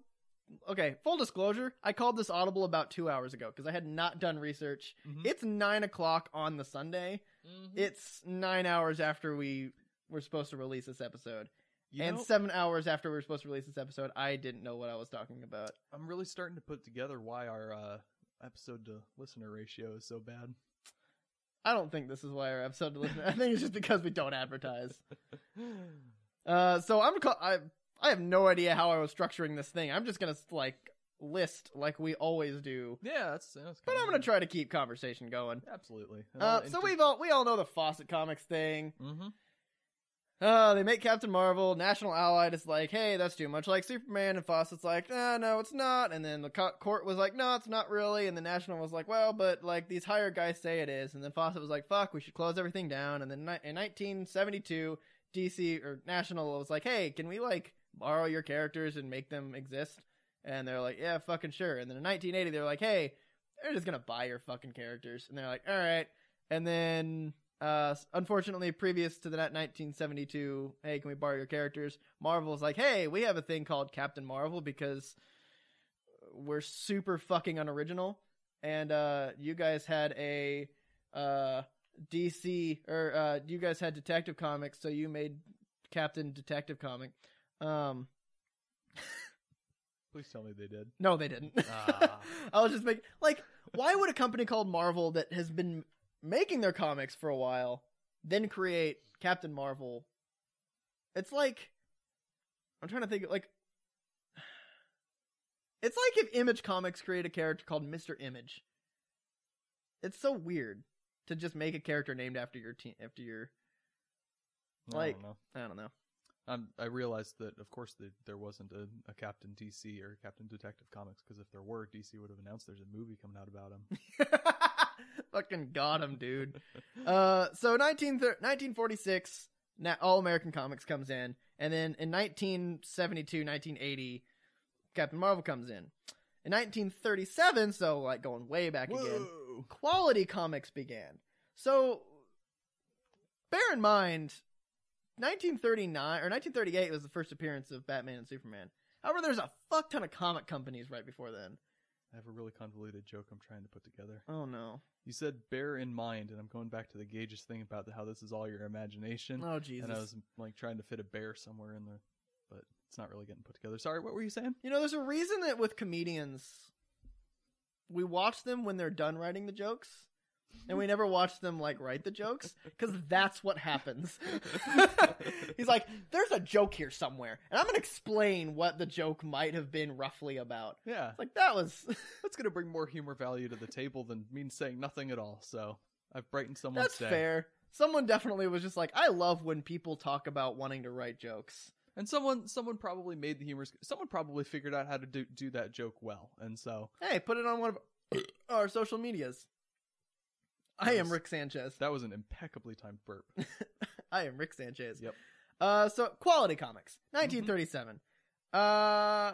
A: okay, full disclosure, I called this audible about two hours ago because I had not done research.
B: Mhm.
A: It's nine o'clock on the Sunday.
B: Mhm.
A: It's nine hours after we were supposed to release this episode,
B: You
A: and
B: know,
A: seven hours after we were supposed to release this episode. I didn't know what I was talking about.
B: I'm really starting to put together why our uh, episode to listener ratio is so bad.
A: I don't think this is why our episode to listen. I think it's just because we don't advertise. Uh, so I'm ca- I I have no idea how I was structuring this thing. I'm just gonna like list like we always do,
B: yeah, that's, that's
A: but
B: kinda
A: I'm gonna
B: weird.
A: try to keep conversation going.
B: Absolutely.
A: Uh, so we've all we all know the Fawcett Comics thing.
B: Mm-hmm.
A: Uh, they make Captain Marvel. National Allied is like, hey, that's too much like Superman, and Fawcett's like, no, no, it's not. And then the co- court was like, no, it's not really. And the National was like, well, but like these higher guys say it is. And then Fawcett was like, fuck, we should close everything down. And then ni- in 1972, DC or National was like, hey, can we like borrow your characters and make them exist? And they're like, yeah, fucking sure. And then in 1980, they're like, hey, they're just gonna buy your fucking characters. And they're like, all right. And then Uh, unfortunately, previous to that 1972, hey, can we borrow your characters? Marvel's like, hey, we have a thing called Captain Marvel because we're super fucking unoriginal, and uh, you guys had a uh, DC or uh, you guys had Detective Comics, so you made Captain Detective Comic. Um,
B: Please tell me they did.
A: no, they didn't.
B: Ah.
A: I was just making like, why would a company called Marvel that has been making their comics for a while then create Captain Marvel? It's like I'm trying to think like it's like if Image Comics create a character called Mr. Image. It's so weird to just make a character named after your team after your
B: No,
A: Like-
B: I don't know.
A: I don't know.
B: Um, I realized that, of course, that there wasn't a, a Captain DC or Captain Detective Comics because if there were, DC would have announced there's a movie coming out about him.
A: Fucking got him, dude. Uh, so 19, 1946, na- All American Comics comes in, and then in 1972, 1980, Captain Marvel comes in. In 1937, so like going way back again,
B: Whoa!
A: quality comics began. So bear in mind, 1939 or 1938 was the first appearance of Batman and Superman. However, there's a fuck ton of comic companies right before then.
B: I have a really convoluted joke I'm trying to put together.
A: Oh no!
B: You said bear in mind, and I'm going back to the gauges thing about how this is all your imagination.
A: Oh Jesus!
B: and I was like trying to fit a bear somewhere in there, but it's not really getting put together. Sorry, what were you saying?
A: You know, there's a reason that with comedians, we watch them when they're done writing the jokes, and we never watch them like write the jokes because that's what happens. He's like, "There's a joke here somewhere, and I'm gonna explain what the joke might have been roughly about."
B: Yeah,
A: It's like that was
B: that's going to bring more humor value to the table than me saying nothing at all. So I've brightened someone's
A: that's
B: day.
A: fair. Someone definitely was just like, "I love when people talk about wanting to write jokes."
B: And someone, someone probably made the humorous. Someone probably figured out how to do, do that joke well, and so
A: Hey, put it on one of our social medias. I am
B: Nice.
A: Rick Sanchez.
B: that was an impeccably timed burp.
A: I am Rick Sanchez.
B: Yep. Mm-hmm.
A: Uh, so quality comics, 1937. Uh,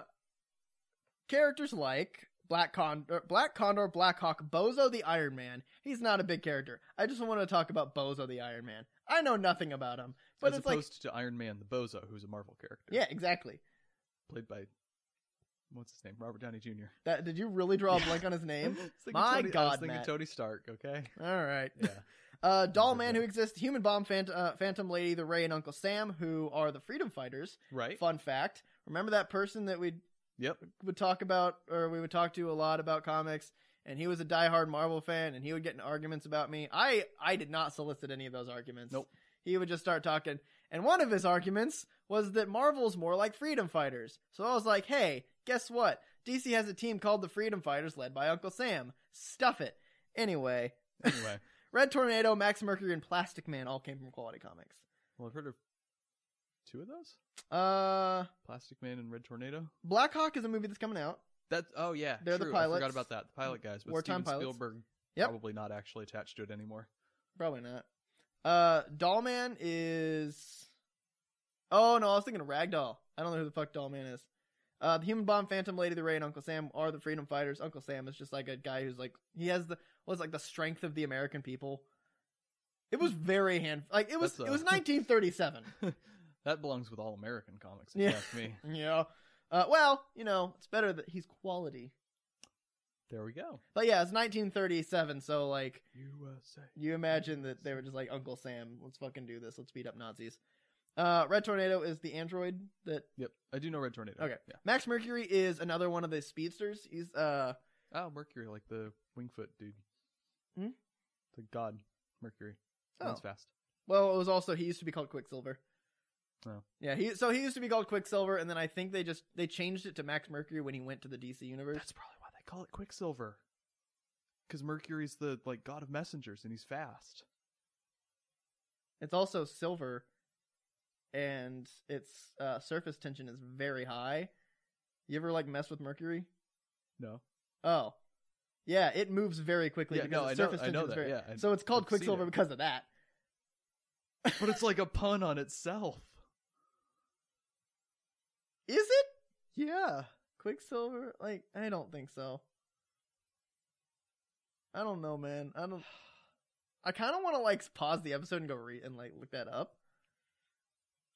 A: characters like Black Condor, Black Condor, Black Hawk, Bozo the Iron Man. He's not a big character. I just want to talk about Bozo the Iron Man. I know nothing about him, but
B: As
A: it's like,
B: opposed to Iron Man the Bozo, who's a Marvel character.
A: yeah, exactly.
B: played by what's his name, Robert Downey Jr.
A: That did you really draw a blank on his name?
B: It's like
A: My
B: Tony- I was
A: God,
B: thinking
A: Matt.
B: Tony Stark. Okay,
A: All right.
B: yeah.
A: Uh, Doll
B: Remember
A: Man
B: that.
A: who exists, Human Bomb, Phant- uh, Phantom Lady, the Ray, and Uncle Sam, who are the Freedom Fighters.
B: Right.
A: Fun fact. Remember that person that we
B: Yep.
A: would talk about or we would talk to a lot about comics and he was a diehard Marvel fan and he would get in arguments about me. I I did not solicit any of those arguments.
B: Nope.
A: He would just start talking. And one of his arguments was that Marvel's more like freedom fighters. So I was like, "Hey, guess what? DC has a team called the Freedom Fighters led by Uncle Sam. Stuff it." Anyway,
B: Anyway,
A: Red Tornado, Max Mercury and Plastic Man all came from Quality Comics.
B: well, I've heard of two of those:
A: Uh
B: Plastic Man and Red Tornado.
A: Black Hawk is a movie that's coming out.
B: That's oh yeah,
A: They're the
B: true. I
A: pilots.
B: forgot about that. The pilot guys, but
A: Wartime
B: Steven
A: pilots.
B: Spielberg
A: Yep.
B: probably not actually attached to it anymore.
A: Probably not. Uh, Dollman is. Oh no, I was thinking of Ragdoll. I don't know who the fuck Dollman is. Uh, the Human Bomb, Phantom Lady, the Ray, and Uncle Sam are the Freedom Fighters. Uncle Sam is just like a guy who's like he has the was like the strength of the American people. It was very hand like it was
B: That's,
A: it
B: uh,
A: was 1937.
B: that belongs with all American comics, if
A: Yeah.
B: you ask me.
A: yeah. Uh, well, you know, it's better that he's quality.
B: There we go.
A: But yeah, it's 1937, so like
B: USA.
A: You imagine that they were just like Uncle Sam, let's fucking do this, let's beat up Nazis. Uh, Red Tornado is the android that
B: Yep, I do know Red Tornado.
A: Okay.
B: Yeah.
A: Max Mercury is another one of the speedsters. He's uh
B: Oh, Mercury, like the Wingfoot dude.
A: Hmm?
B: The god Mercury.
A: Oh.
B: Runs fast.
A: well, it was also he used to be called Quicksilver.
B: Oh.
A: Yeah, he so he used to be called Quicksilver, and then I think they just they changed it to Max Mercury when he went to the DC universe.
B: That's probably why they call it Quicksilver. Because Mercury's the like god of messengers, and he's fast.
A: It's also silver, and its uh, surface tension is very high. You ever like mess with Mercury?
B: No.
A: Oh, yeah, it moves very quickly
B: Yeah,
A: because
B: no,
A: its
B: I know-
A: surface
B: I know
A: tension is
B: that,
A: very.
B: yeah, I-
A: so it's called
B: I've seen
A: Quicksilver
B: it.
A: because of that.
B: But it's like a pun on itself.
A: Is it
B: Yeah.
A: Quicksilver? Like, I don't think so. I don't know, man. I don't. I kind of want to like pause the episode and go read and like look that up.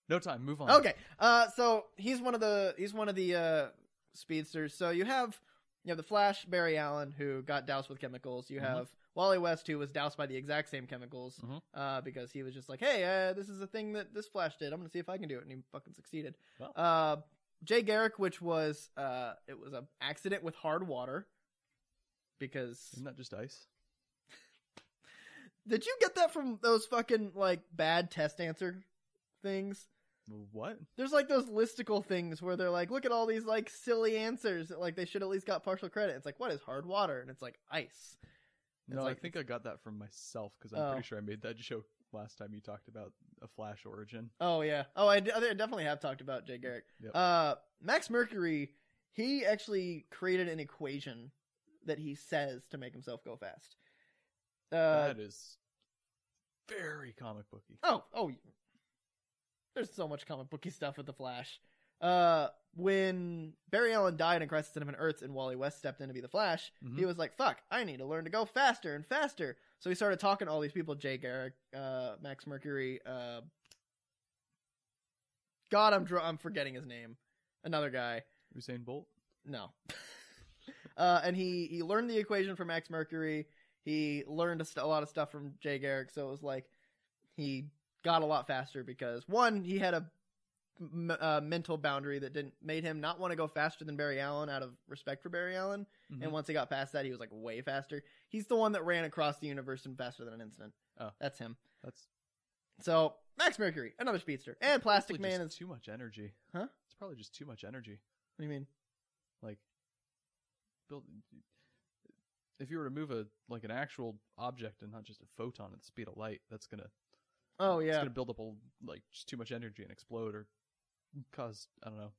B: No time. Move on.
A: Okay. Uh, so he's one of the he's one of the uh speedsters. So you have you have the Flash, Barry Allen, who got doused with chemicals. You
B: Mhm.
A: have Wally West, who was doused by the exact same chemicals,
B: Mhm.
A: uh, because he was just like, "Hey, uh, this is a thing that this Flash did. I'm gonna see if I can do it," and he fucking succeeded.
B: Wow.
A: Uh, Jay Garrick, which was uh, it was an accident with hard water, because
B: Isn't that just ice?
A: did you get that from those fucking like bad test answer things?
B: What?
A: There's like those listicle things where they're like, look at all these like silly answers. that, Like they should at least got partial credit. It's like, what is hard water? And it's like ice. It's
B: no,
A: like-
B: I think I got that from myself because I'm
A: Oh.
B: pretty sure I made that joke last time you talked about a Flash origin.
A: Oh yeah. Oh, I, d- I definitely have talked about Jay Garrick.
B: Yep.
A: Uh, Max Mercury, he actually created an equation that he says to make himself go fast. Uh,
B: that is very comic booky.
A: oh, oh. There's so much comic booky stuff with the Flash. Uh, when Barry Allen died in Crisis on Infinite Earths and Wally West stepped in to be the Flash,
B: Mhm.
A: he was like, "Fuck, I need to learn to go faster and faster." So he started talking to all these people: Jay Garrick, uh, Max Mercury. Uh, God, I'm dr- I'm forgetting his name. Another guy.
B: Usain Bolt.
A: No. uh, and he he learned the equation from Max Mercury. He learned a, st- a lot of stuff from Jay Garrick. So it was like he got a lot faster because one, he had a m- uh, mental boundary that didn't made him not want to go faster than Barry Allen out of respect for Barry Allen
B: Mhm.
A: and once he got past that, he was like way faster. He's the one that ran across the universe in faster than an instant.
B: Oh.
A: that's him.
B: That's
A: So Max Mercury, another speedster, and Plastic
B: probably
A: Man
B: just
A: is.
B: too much energy.
A: Huh?
B: It's probably just too much energy.
A: What do you mean?
B: Like, build. If you were to move a like an actual object and not just a photon at the speed of light, that's gonna
A: Oh
B: it's
A: yeah,
B: gonna build up a, like just too much energy and explode or cause I don't know,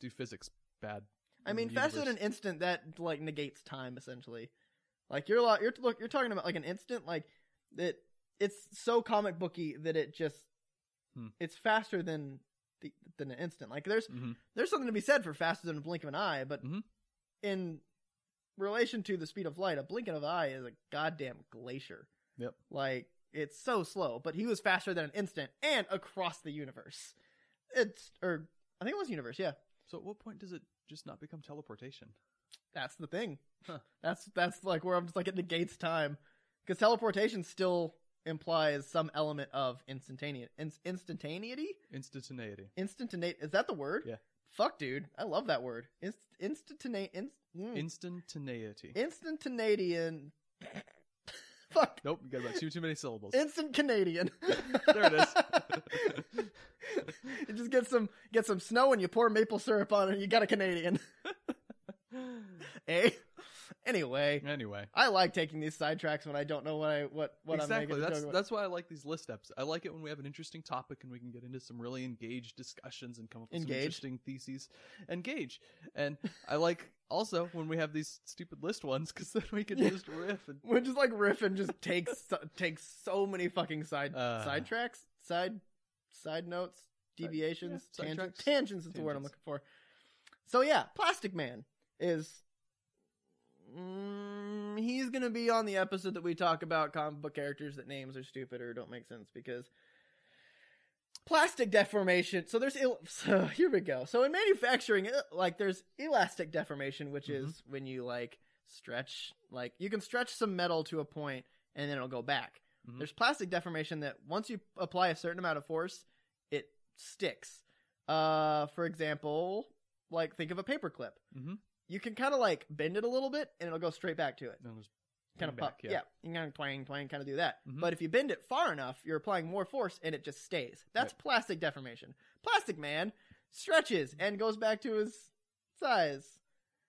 B: do physics bad.
A: I
B: in
A: mean
B: the
A: faster than an
B: universe.
A: instant that like negates time essentially. Like you're lo- you're look you're talking about like an instant like that. It's so comic booky that it just
B: Hmm.
A: it's faster than the, than an instant. Like there's
B: Mhm.
A: there's something to be said for faster than a blink of an eye, but
B: Mhm.
A: in relation to the speed of light, a blink of an eye is a goddamn glacier.
B: Yep.
A: Like it's so slow, but he was faster than an instant and across the universe. It's or I think it was universe, yeah.
B: So at what point does it just not become teleportation?
A: That's the thing.
B: Huh.
A: That's that's like where I'm just like it negates time because teleportation still implies some element of instantaneous in, instantaneity.
B: Instantaneity.
A: Instantanate is that the word?
B: Yeah.
A: Fuck, dude, I love that word. Inst, instantanate. Inst, mm.
B: Instantaneity.
A: instant Canadian. Fuck.
B: nope, you got about too too many syllables.
A: Instant Canadian.
B: there it is.
A: you just get some get some snow and you pour maple syrup on it and you got a Canadian. eh? Anyway,
B: anyway,
A: I like taking these sidetracks when I don't know what I what what I'm
B: exactly.
A: making a
B: That's
A: joke about.
B: that's why I like these list eps. I like it when we have an interesting topic and we can get into some really engaged discussions and come up with some
A: Engage.
B: interesting theses. Engage, and I like also when we have these stupid list ones because then we can
A: Yeah.
B: just riff and
A: We're just like riffing just takes so, takes so many fucking side
B: Uh.
A: sidetracks, side side notes,
B: Side-
A: deviations,
B: yeah,
A: tangents.
B: sidetracks,
A: Tangents is the word I'm
B: tangents.
A: looking for. So yeah, Plastic Man is mm, he's gonna be on the episode that we talk about comic book characters that names are stupid or don't make sense because plastic deformation. So there's el- so here we go. So in manufacturing, uh, like there's elastic deformation, which is when you like stretch, like you can stretch some metal to a point and then it'll go back.
B: Mhm.
A: There's plastic deformation that once you apply a certain amount of force, it sticks. Uh, for example, like think of a paperclip.
B: Mhm.
A: You can kind of like bend it a little bit and it'll go straight back to it
B: and just
A: kind of
B: Bring it
A: pop.
B: back,
A: Yeah.
B: yeah.
A: you can kind of twang, twang, kind of do that.
B: Mhm.
A: But if you bend it far enough, you're applying more force, and it just stays. That's plastic deformation. Plastic man stretches and goes back to his size.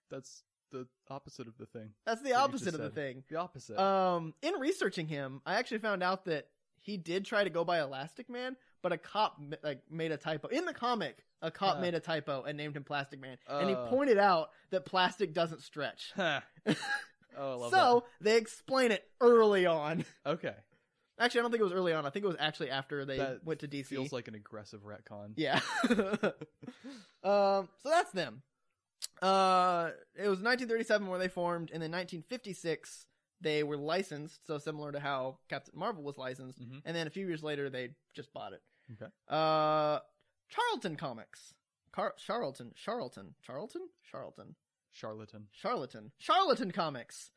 B: that's the opposite of the thing.
A: That's the
B: What you
A: opposite
B: just
A: of the
B: said.
A: thing.
B: The opposite.
A: Um, in researching him, I actually found out that he did try to go by Elastic Man, but a cop m- like made a typo in the comic. A cop
B: Huh.
A: made a typo and named him Plastic Man, and he
B: Uh.
A: pointed out that plastic doesn't stretch.
B: oh, I love
A: So they explain it early on.
B: that. Okay,
A: Actually, I don't think it was early on. I think it was actually after they
B: That
A: went to DC.
B: feels like an aggressive retcon.
A: yeah. um, so that's them. Uh, it was 1937 where they formed, and then 1956 they were licensed, so similar to how Captain Marvel was licensed.
B: Mhm.
A: And then a few years later, they just bought it.
B: Okay.
A: Uh, Charlton Comics. Car- Charlton, Charlton, Charlton, Charlton,
B: Charlatan.
A: Charlatan, Charlatan Comics,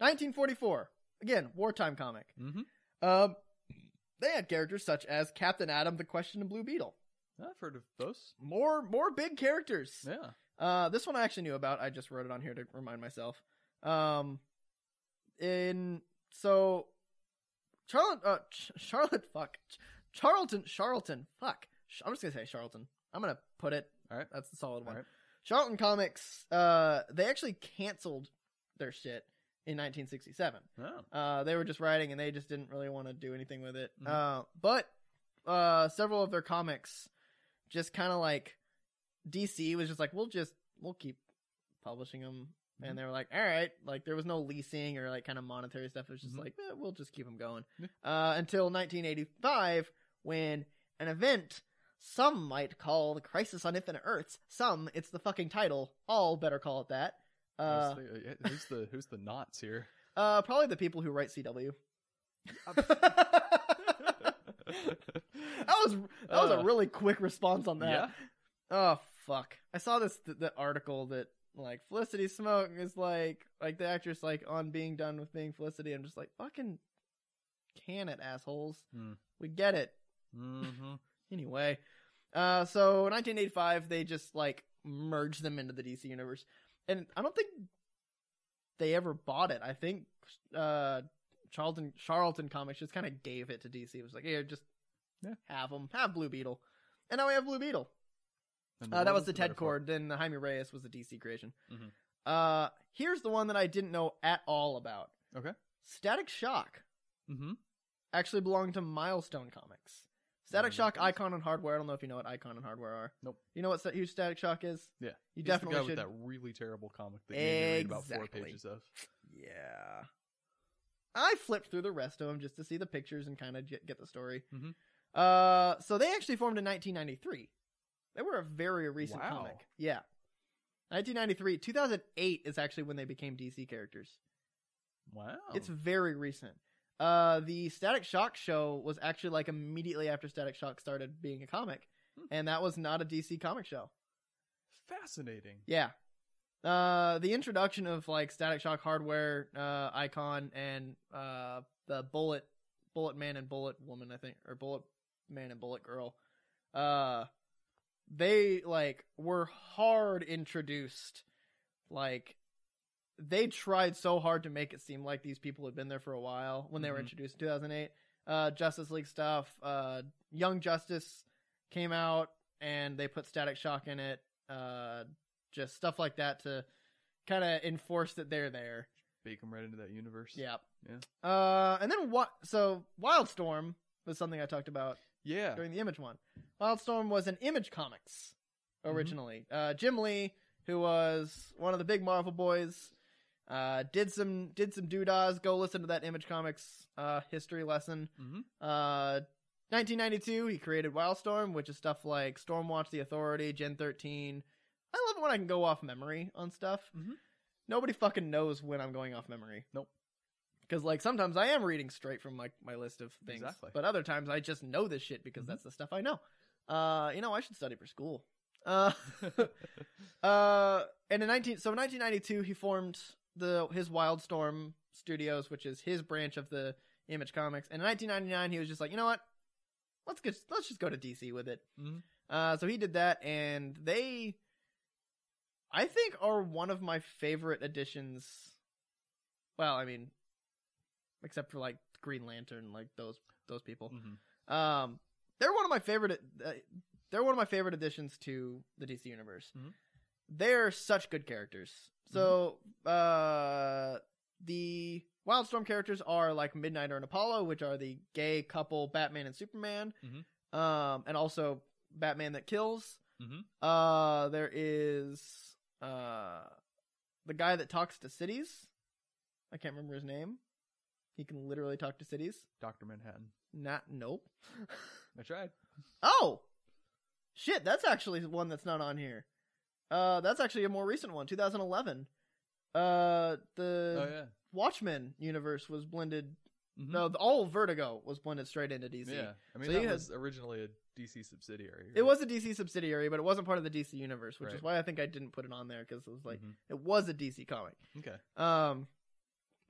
A: 1944. Again, wartime comic.
B: Mm-hmm.
A: Um, they had characters such as Captain Atom, the Question, and Blue Beetle.
B: I've heard of those.
A: More, more big characters.
B: Yeah.
A: Uh, this one I actually knew about. I just wrote it on here to remind myself. Um, in so Charlotte, uh, Ch- Charlotte, fuck, Ch- Charlton, Charlton, fuck. Sh- I'm just gonna say Charlton. I'm gonna put it.
B: All right.
A: That's the solid one.
B: All right.
A: Charlton Comics. Uh, they actually canceled their shit in 1967.
B: Oh.
A: Uh, they were just writing and they just didn't really want to do anything with it.
B: Mhm.
A: Uh, but uh, several of their comics just kind of like DC was just like, we'll just we'll keep publishing them. And they were like, all right, like there was no leasing or like kind of monetary stuff. It was just
B: Mhm.
A: like, eh, we'll just keep them going
B: Yeah.
A: uh, until 1985 when an event some might call the Crisis on Infinite Earths. Some it's the fucking title. All better call it that.
B: I was
A: Uh,
B: thinking, yeah, who's the who's the knots here?
A: uh, probably the people who write CW.
B: Uh, that
A: That was that was a
B: Uh,
A: really quick response on
B: yeah.
A: that. Oh fuck! I saw this th- the article that like Felicity Smoke is like like the actress like on being done with being Felicity. I'm just like fucking can it assholes.
B: Hmm.
A: We get it
B: Mm-hmm.
A: anyway. Uh, so 1985 they just like merged them into the DC universe, and I don't think they ever bought it. I think uh Charlton Charlton Comics just kind of gave it to DC. It was like here, just
B: Yeah.
A: have them, have Blue Beetle, and now we have Blue Beetle. Uh, that was the Ted Cord. Then the Jaime Reyes was the DC creation.
B: Mhm.
A: Uh, here's the one that I didn't know at all about.
B: Okay.
A: Static Shock
B: Mm-hmm.
A: actually belonged to Milestone Comics. Static
B: Mm,
A: Shock,
B: okay.
A: Icon, and Hardware. I don't know if you know what Icon and Hardware are.
B: Nope.
A: You know what sta- who Static Shock is?
B: Yeah.
A: You
B: He's
A: definitely
B: the guy
A: should.
B: with that really terrible comic that you need to read about four
A: Exactly.
B: pages of.
A: Yeah. I flipped through the rest of them just to see the pictures and kind of get, get the story.
B: Mhm.
A: Uh, so they actually formed in 1993. They were a very recent
B: Wow.
A: comic. Yeah. 1993, 2008 is actually when they became DC characters.
B: Wow.
A: It's very recent. Uh, the Static Shock show was actually like immediately after Static Shock started being a comic,
B: Hmm.
A: and that was not a DC comic show.
B: fascinating.
A: Yeah. Uh, the introduction of like Static Shock hardware, uh, icon, and uh, the Bullet, Bullet Man and Bullet Woman, I think, or Bullet Man and Bullet Girl. Uh, they like were hard introduced. Like, they tried so hard to make it seem like these people had been there for a while when they were
B: Mhm.
A: introduced in 2008. Uh, Justice League stuff, uh, Young Justice came out, and they put Static Shock in it. Uh, just stuff like that to kind of enforce that they're there.
B: Bake him right into that universe.
A: Yeah.
B: Yeah.
A: Uh, and then what? So Wildstorm was something I talked about
B: Yeah.
A: during the Image one. Wildstorm was an Image Comics originally. Uh, Jim Lee, who was one of the big Marvel boys, uh, did some did some doodahs. Go listen to that Image Comics uh, history lesson.
B: Mm-hmm.
A: Uh, 1992, he created Wildstorm, which is stuff like Stormwatch, The Authority, Gen 13. I love it when I can go off memory on stuff.
B: Mhm.
A: Nobody fucking knows when I'm going off memory.
B: Nope.
A: Because like sometimes I am reading straight from like my list of things,
B: Exactly.
A: but other times I just know this shit because
B: Mhm.
A: that's the stuff I know. Uh, you know, I should study for school. Uh, uh, and in 19 so in 1992 he formed the his Wildstorm Studios, which is his branch of the Image Comics. And in 1999 he was just like, you know what, let's get let's just go to DC with it.
B: Mhm.
A: Uh, so he did that, and they, I think, are one of my favorite additions. Well, I mean, except for like Green Lantern, like those those people.
B: mm-hmm.
A: Um, they're one of my favorite. Uh, they're one of my favorite additions to the DC universe.
B: Mhm.
A: They're such good characters. So, uh, the Wildstorm characters are like Midnighter and Apollo, which are the gay couple Batman and Superman, um, and also Batman that kills.
B: Mhm.
A: Uh, there is uh, the guy that talks to cities. I can't remember his name. He can literally talk to cities.
B: Doctor Manhattan.
A: Not nope.
B: I tried.
A: Oh, shit! That's actually one that's not on here. Uh, that's actually a more recent one, 2011. Uh, the
B: oh yeah.
A: Watchmen universe was blended.
B: Mhm.
A: No, the, all of Vertigo was blended straight into DC.
B: Yeah, I mean
A: So
B: that
A: you had-
B: was originally a DC subsidiary.
A: It
B: right?
A: was a DC subsidiary, but it wasn't part of the DC universe, which is
B: Right.
A: why I think I didn't put it on there because it was like
B: Mhm.
A: it was a DC comic.
B: okay.
A: Um,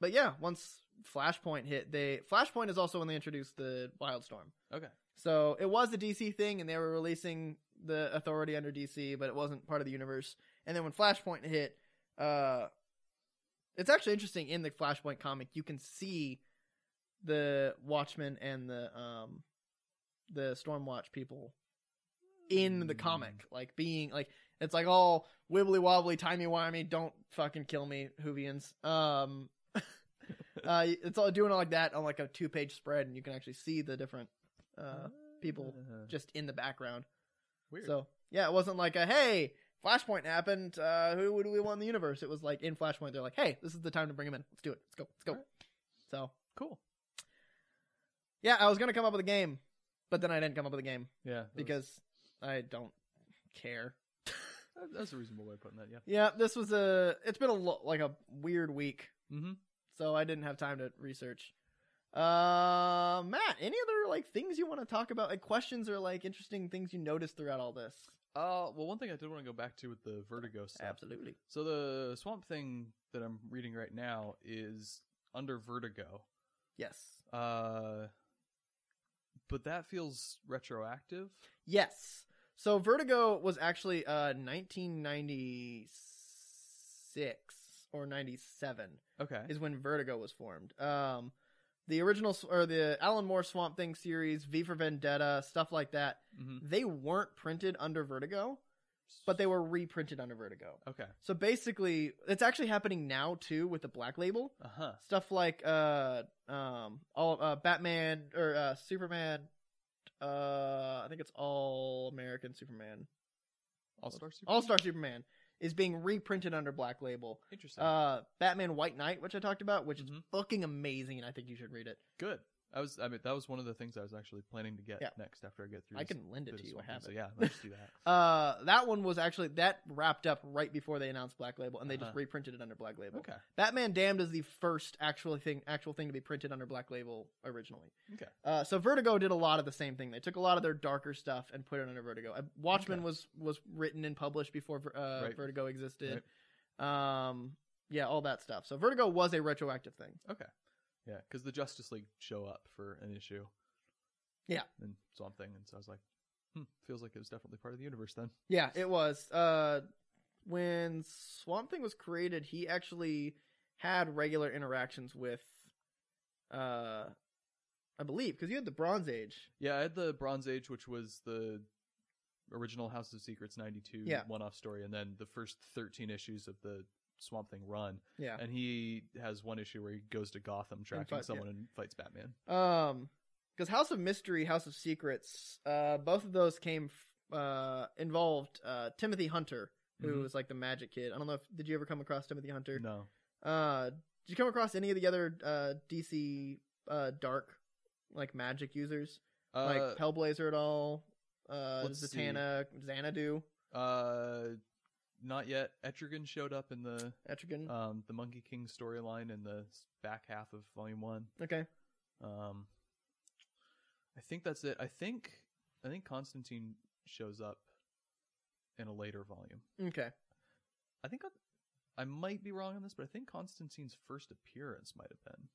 A: but yeah, once Flashpoint hit, they Flashpoint is also when they introduced the Wildstorm.
B: Okay.
A: So it was the DC thing, and they were releasing the Authority under DC, but it wasn't part of the universe. And then when Flashpoint hit, uh, it's actually interesting in the Flashpoint comic, you can see the Watchmen and the um, the Stormwatch people in the
B: Mm.
A: comic, like being like it's like all wibbly wobbly, timey wimey. Don't fucking kill me, Hoovians. Um, uh, it's all doing all like that on like a two page spread, and you can actually see the different uh, people
B: Ah,
A: just in the background.
B: weird.
A: So yeah, it wasn't like a hey, Flashpoint happened. Uh, who do we want in the universe? It was like in Flashpoint, they're like, hey, this is the time to bring him in. Let's do it. Let's go. Let's go.
B: Alright.
A: So
B: cool.
A: yeah, I was gonna come up with a game, but then I didn't come up with a game
B: Yeah, that was-
A: because I don't care.
B: that- that's a reasonable way of putting that. Yeah.
A: Yeah, this was a. It's been a lo- like a weird week,
B: Mm-hmm.
A: so I didn't have time to research. Uh, Matt, any other like things you want to talk about? Like questions or like interesting things you noticed throughout all this?
B: Uh, well, one thing I did want to go back to with the Vertigo stuff.
A: Absolutely.
B: So the Swamp Thing that I'm reading right now is under Vertigo.
A: Yes.
B: Uh, but that feels retroactive.
A: Yes. So Vertigo was actually uh 1996 or 97.
B: Okay.
A: is when Vertigo was formed. Um, the original s- or the Alan Moore Swamp Thing series, V for Vendetta, stuff like that,
B: mm-hmm.
A: they weren't printed under Vertigo, but they were reprinted under Vertigo.
B: Okay.
A: So basically, it's actually happening now too with the Black Label
B: Uh huh.
A: stuff like uh um all uh, Batman or uh, Superman. Uh, I think it's All American Superman,
B: All Star Super.
A: All Star Superman is being reprinted under Black Label.
B: Interesting.
A: Uh, Batman White Knight, which I talked about, which is
B: Mhm.
A: fucking amazing, and I think you should read it.
B: Good. I was. I mean, that was one of the things I was actually planning to get
A: Yeah.
B: next after I get through.
A: I
B: this
A: can lend it
B: bit
A: to
B: of
A: you. I
B: Swamp
A: have
B: Thing.
A: it.
B: So yeah, let's do that.
A: Uh, that one was actually that wrapped up right before they announced Black Label, and they just
B: Uh-huh.
A: reprinted it under Black Label.
B: Okay.
A: Batman Damned is the first actual thing, actual thing to be printed under Black Label originally.
B: Okay.
A: Uh, so Vertigo did a lot of the same thing. They took a lot of their darker stuff and put it under Vertigo. Uh, Watchmen
B: Okay.
A: was was written and published before uh,
B: Right.
A: Vertigo existed. Um, yeah, all that stuff. So Vertigo was a retroactive thing.
B: Yeah, because the Justice League show up for an issue.
A: Yeah.
B: And Swamp Thing, and so I was like, hmm, feels like it was definitely part of the universe then.
A: Yeah, it was. Uh, when Swamp Thing was created, he actually had regular interactions with, uh, I believe, because you had the Bronze Age.
B: Yeah, I had the Bronze Age, which was the original House of Secrets '92
A: Yeah.
B: one-off story, and then the first 13 issues of the Swamp Thing run.
A: Yeah.
B: And he has one issue where he goes to Gotham tracking
A: fight-
B: someone and fights Batman.
A: Um, because House of Mystery, House of Secrets, uh, both of those came, f- uh, involved uh Timothy Hunter, who
B: Mhm.
A: was like the Magic Kid. I don't know if did you ever come across Timothy Hunter?
B: No,
A: Uh, did you come across any of the other uh DC uh dark like magic users? like
B: uh,
A: Hellblazer at all, uh,
B: let's see.
A: Zatanna, Xanadu,
B: uh, not yet. Etrigan showed up in the
A: Etrigan.
B: um the Monkey King storyline in the back half of Volume One.
A: okay,
B: Um, I think that's it. I think I think Constantine shows up in a later volume.
A: okay,
B: I think I, I might be wrong on this, but I think Constantine's first appearance might have been.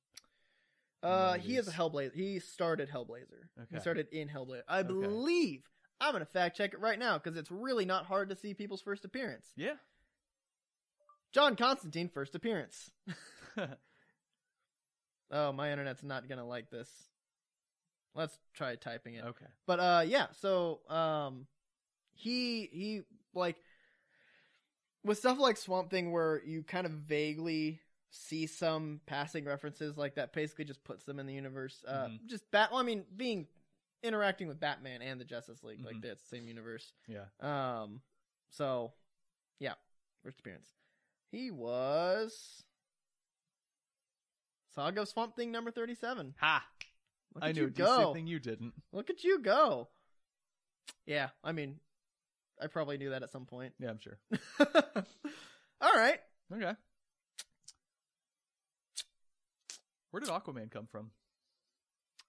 A: uh,
B: Nice.
A: he is a Hellblazer. He started Hellblazer. He
B: Okay.
A: started in Hellblazer. I
B: Okay.
A: believe. I'm gonna fact check it right now because it's really not hard to see people's first appearance.
B: Yeah.
A: John Constantine first appearance. Oh, my internet's not gonna like this. Let's try typing it.
B: okay.
A: But uh yeah, so um he he like with stuff like Swamp Thing where you kind of vaguely see some passing references like that basically just puts them in the universe. Uh
B: Mhm.
A: just bat well, I mean being interacting with Batman and the Justice League, like
B: Mhm.
A: that's the same universe.
B: Yeah.
A: Um so yeah, first appearance. He was Saga of Swamp Thing number thirty seven.
B: Ha!
A: Look at
B: I knew
A: you
B: a DC
A: go.
B: thing you didn't.
A: Look at you go. Yeah, I mean, I probably knew that at some point.
B: Yeah, I'm sure.
A: All right.
B: Okay. Where did Aquaman come from?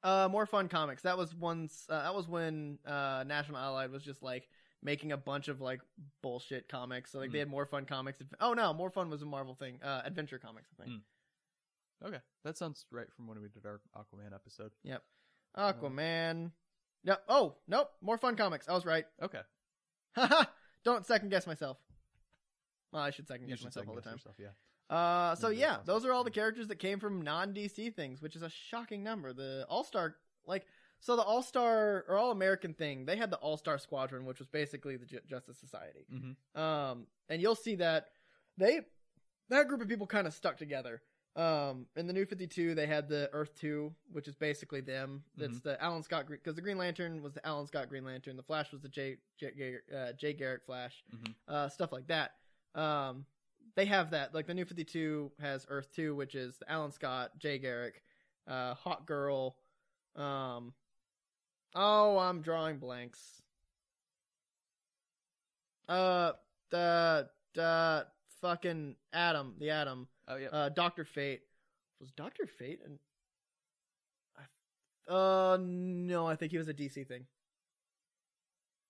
A: Uh, more fun comics. That was once. Uh, that was when uh, National Allied was just like making a bunch of like bullshit comics. So like they
B: Mm.
A: had more fun comics. Oh no, more fun was a Marvel thing. Uh, adventure comics, I think.
B: Okay, that sounds right from when we did our Aquaman episode. Hmm.
A: Aquaman. No. Oh nope. More fun comics. I was right.
B: Okay,
A: Haha. Don't second guess myself. Well, I should second
B: you
A: guess
B: should
A: myself all the
B: second-guess
A: time.
B: yourself, yeah.
A: Uh, so
B: Maybe that's
A: yeah,
B: possible.
A: those are all the
B: Mm.
A: characters that came from non DC things, which is a shocking number. The All Star, like, so the All Star or All American thing, they had the All Star Squadron, which was basically the Ju- Justice Society.
B: Mhm.
A: Um, and you'll see that they that group of people kind of stuck together. Um, in the New Fifty Two, they had the Earth Two, which is basically them. That's the Alan Scott Green because the Green Lantern was the Alan Scott Green Lantern, the Flash was the Jay Jay, Garrick- uh, Jay Garrick Flash,
B: Mhm.
A: uh, stuff like that. Um, they have that. Like the New Fifty Two has Earth Two, which is the Alan Scott, Jay Garrick, uh, Hot Girl. Um, oh, I'm drawing blanks. Uh, the the fucking Adam, the Adam
B: Oh yeah,
A: uh, Doctor Fate was Doctor Fate, and I, uh, no, I think he was a DC thing.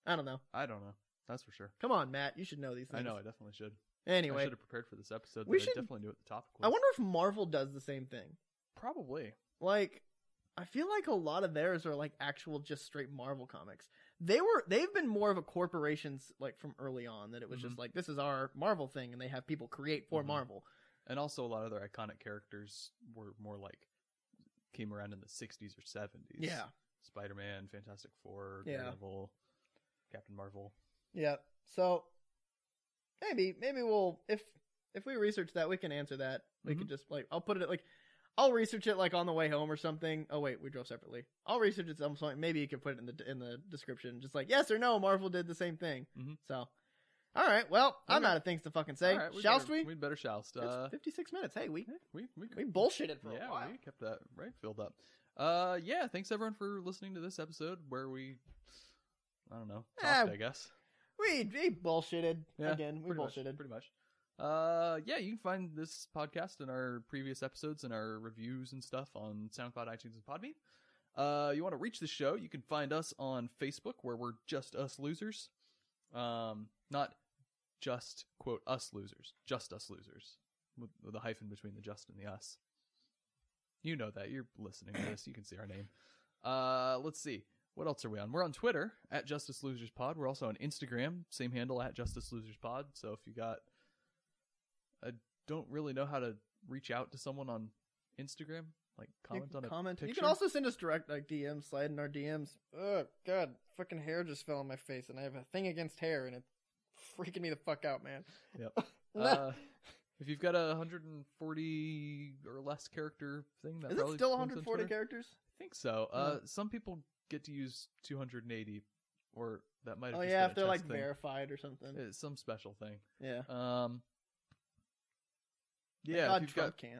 A: I don't know.
B: I don't know. That's for sure.
A: Come on, Matt, you should know these things.
B: I know. I definitely should. I
A: Anyway,
B: should have prepared for this episode.
A: we
B: but
A: should-
B: I definitely knew what the topic was.
A: I wonder if Marvel does the same thing.
B: Probably.
A: Like, I feel like a lot of theirs are like actual, just straight Marvel comics. They were they've been more of a corporations like from early on that it was just like this is our Marvel thing, and they have people create for
B: Mhm.
A: Marvel.
B: And also, a lot of their iconic characters were more like came around in the '60s or '70s.
A: Yeah,
B: Spider-Man, Fantastic Four,
A: Yeah.
B: Daredevil, Captain Marvel.
A: Yeah. So maybe maybe we'll if if we research that we can answer that. We
B: Mm-hmm.
A: could just like I'll put it like I'll research it like on the way home or something. Oh wait, we drove separately. I'll research it at some point. Maybe you could put it in the in the description, just like yes or no. Marvel did the same thing.
B: Mhm.
A: So all right, well I'm
B: Okay.
A: out of things to fucking say.
B: All right, we
A: Shall
B: better-
A: we?
B: We'd better shoust. Uh,
A: it's 56 minutes. Hey, we
B: we we
A: we bullshitted for
B: yeah,
A: a while.
B: we kept that right filled up. Uh, yeah. Thanks everyone for listening to this episode where we, I don't know, talked,
A: Eh,
B: I guess.
A: We, we bullshitted
B: Yeah,
A: again. We
B: pretty much,
A: bullshitted.
B: pretty much. Uh, yeah, you can find this podcast and our previous episodes and our reviews and stuff on SoundCloud, iTunes, and Podbean. Uh, you want to reach the show? You can find us on Facebook, where we're just us losers. Um, not just quote us losers, just us losers, with, with a hyphen between the just and the us. You know that you're listening to this. You can see our name. Uh, let's see. What else are we on? We're on Twitter at Justice Losers Pod. We're also on Instagram, same handle at Justice Losers Pod. So if you got, I don't really know how to reach out to someone on Instagram, like
A: You
B: comment
A: can
B: on a
A: comment. You
B: picture.
A: can also send us direct like DMs, slide in our DMs. Oh god, fucking hair just fell on my face, and I have a thing against hair, and it's freaking me the fuck out, man.
B: Yep.
A: No.
B: Uh, if you've got a 140 or less character thing,
A: Is
B: that
A: it
B: probably
A: still
B: belongs on
A: 140
B: Twitter.
A: characters?
B: I think so. Uh, Some people get to use 280, or that might. Have
A: Oh
B: just
A: yeah, if
B: been a
A: they're
B: chess
A: like
B: thing.
A: verified or something.
B: It's some special thing.
A: yeah.
B: Um.
A: Thank
B: Yeah,
A: God,
B: if you've
A: Trump
B: got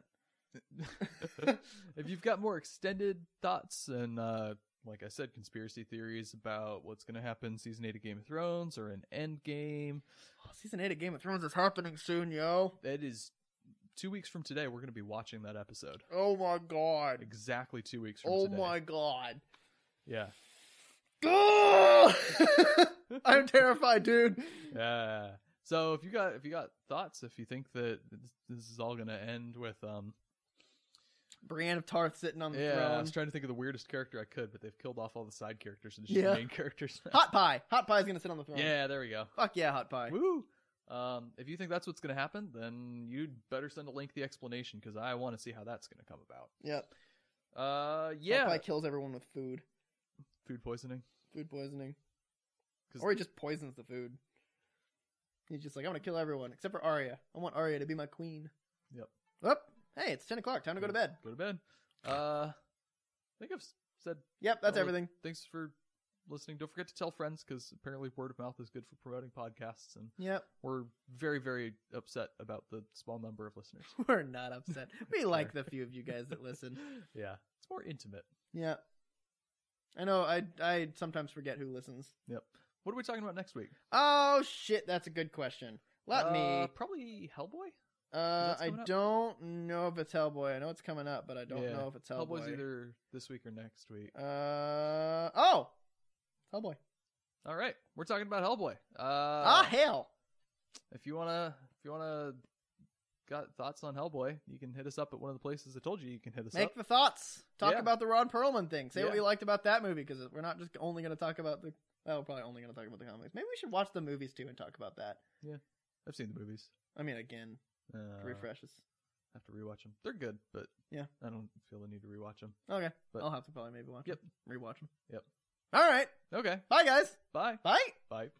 A: can't.
B: if you've got more extended thoughts and uh like I said, conspiracy theories about what's going to happen in season eight of Game of Thrones or an End Game.
A: Oh, season eight of Game of Thrones is happening soon, yo.
B: That is two weeks from today. We're going to be watching that episode.
A: Oh my god.
B: Exactly two weeks from
A: Oh
B: today.
A: my god.
B: Yeah.
A: I'm terrified, dude.
B: Yeah. So if you got if you got thoughts, if you think that this- this is all going to end with um
A: Brienne of Tarth sitting on the
B: yeah, I
A: throne.
B: was trying to think of the weirdest character I could, but they've killed off all the side characters and just
A: Yeah.
B: the main characters. now.
A: Hot pie. Hot pie's gonna sit on the throne.
B: yeah, there we go.
A: Fuck yeah, hot pie.
B: Woo! Um, if you think that's what's going to happen, then you'd better send a lengthy explanation because I want to see how that's going to come about.
A: Yep.
B: Uh,
A: Yeah.
B: yeah,
A: Popeye kills everyone with food,
B: food poisoning.
A: food poisoning,
B: 'Cause-
A: or he just poisons the food. He's just like, I'm gonna kill everyone except for Arya. I want Arya to be my queen.
B: Yep.
A: Up. Hey, it's ten o'clock. Time to go to bed.
B: Go to bed. Uh, I think I've s- said
A: Yep, that's
B: Well,
A: everything.
B: thanks for listening. Don't forget to tell friends because apparently word of mouth is good for promoting podcasts, and
A: Yep.
B: we're very, very upset about the small number of listeners.
A: We're not upset. We
B: Fair.
A: like the few of you guys that listen.
B: yeah, it's more intimate.
A: Yeah. I know. I I sometimes forget who listens.
B: Yep. What are we talking about next week?
A: Oh shit, that's a good question. Let
B: Uh,
A: me.
B: probably Hellboy.
A: Uh,
B: that's
A: I
B: coming up?
A: don't know if it's Hellboy. I know it's coming up, but I don't
B: Yeah.
A: know if it's Hellboy.
B: Hellboy's either this week or next week.
A: Uh oh, Hellboy.
B: All right, we're talking about Hellboy. Uh,
A: ah hell.
B: if you wanna, if you wanna, got thoughts on Hellboy, you can hit us up at one of the places I told you you can hit us
A: Make
B: up.
A: the thoughts. Talk
B: Yeah.
A: about the Ron Perlman thing. Say what
B: Yeah.
A: you liked about that movie because we're not just only going to talk about the. Oh, we're probably only going to talk about the comics. Maybe we should watch the movies too and talk about that.
B: I've seen the movies.
A: I mean, again,
B: Uh,
A: it refreshes.
B: Have to rewatch them. They're good, but
A: Yeah.
B: I don't feel the need to rewatch them.
A: Okay,
B: but-
A: I'll have to probably maybe watch.
B: Yep.
A: them, rewatch them.
B: Yep.
A: All right.
B: Okay,
A: Bye, guys.
B: bye,
A: Bye.
B: bye.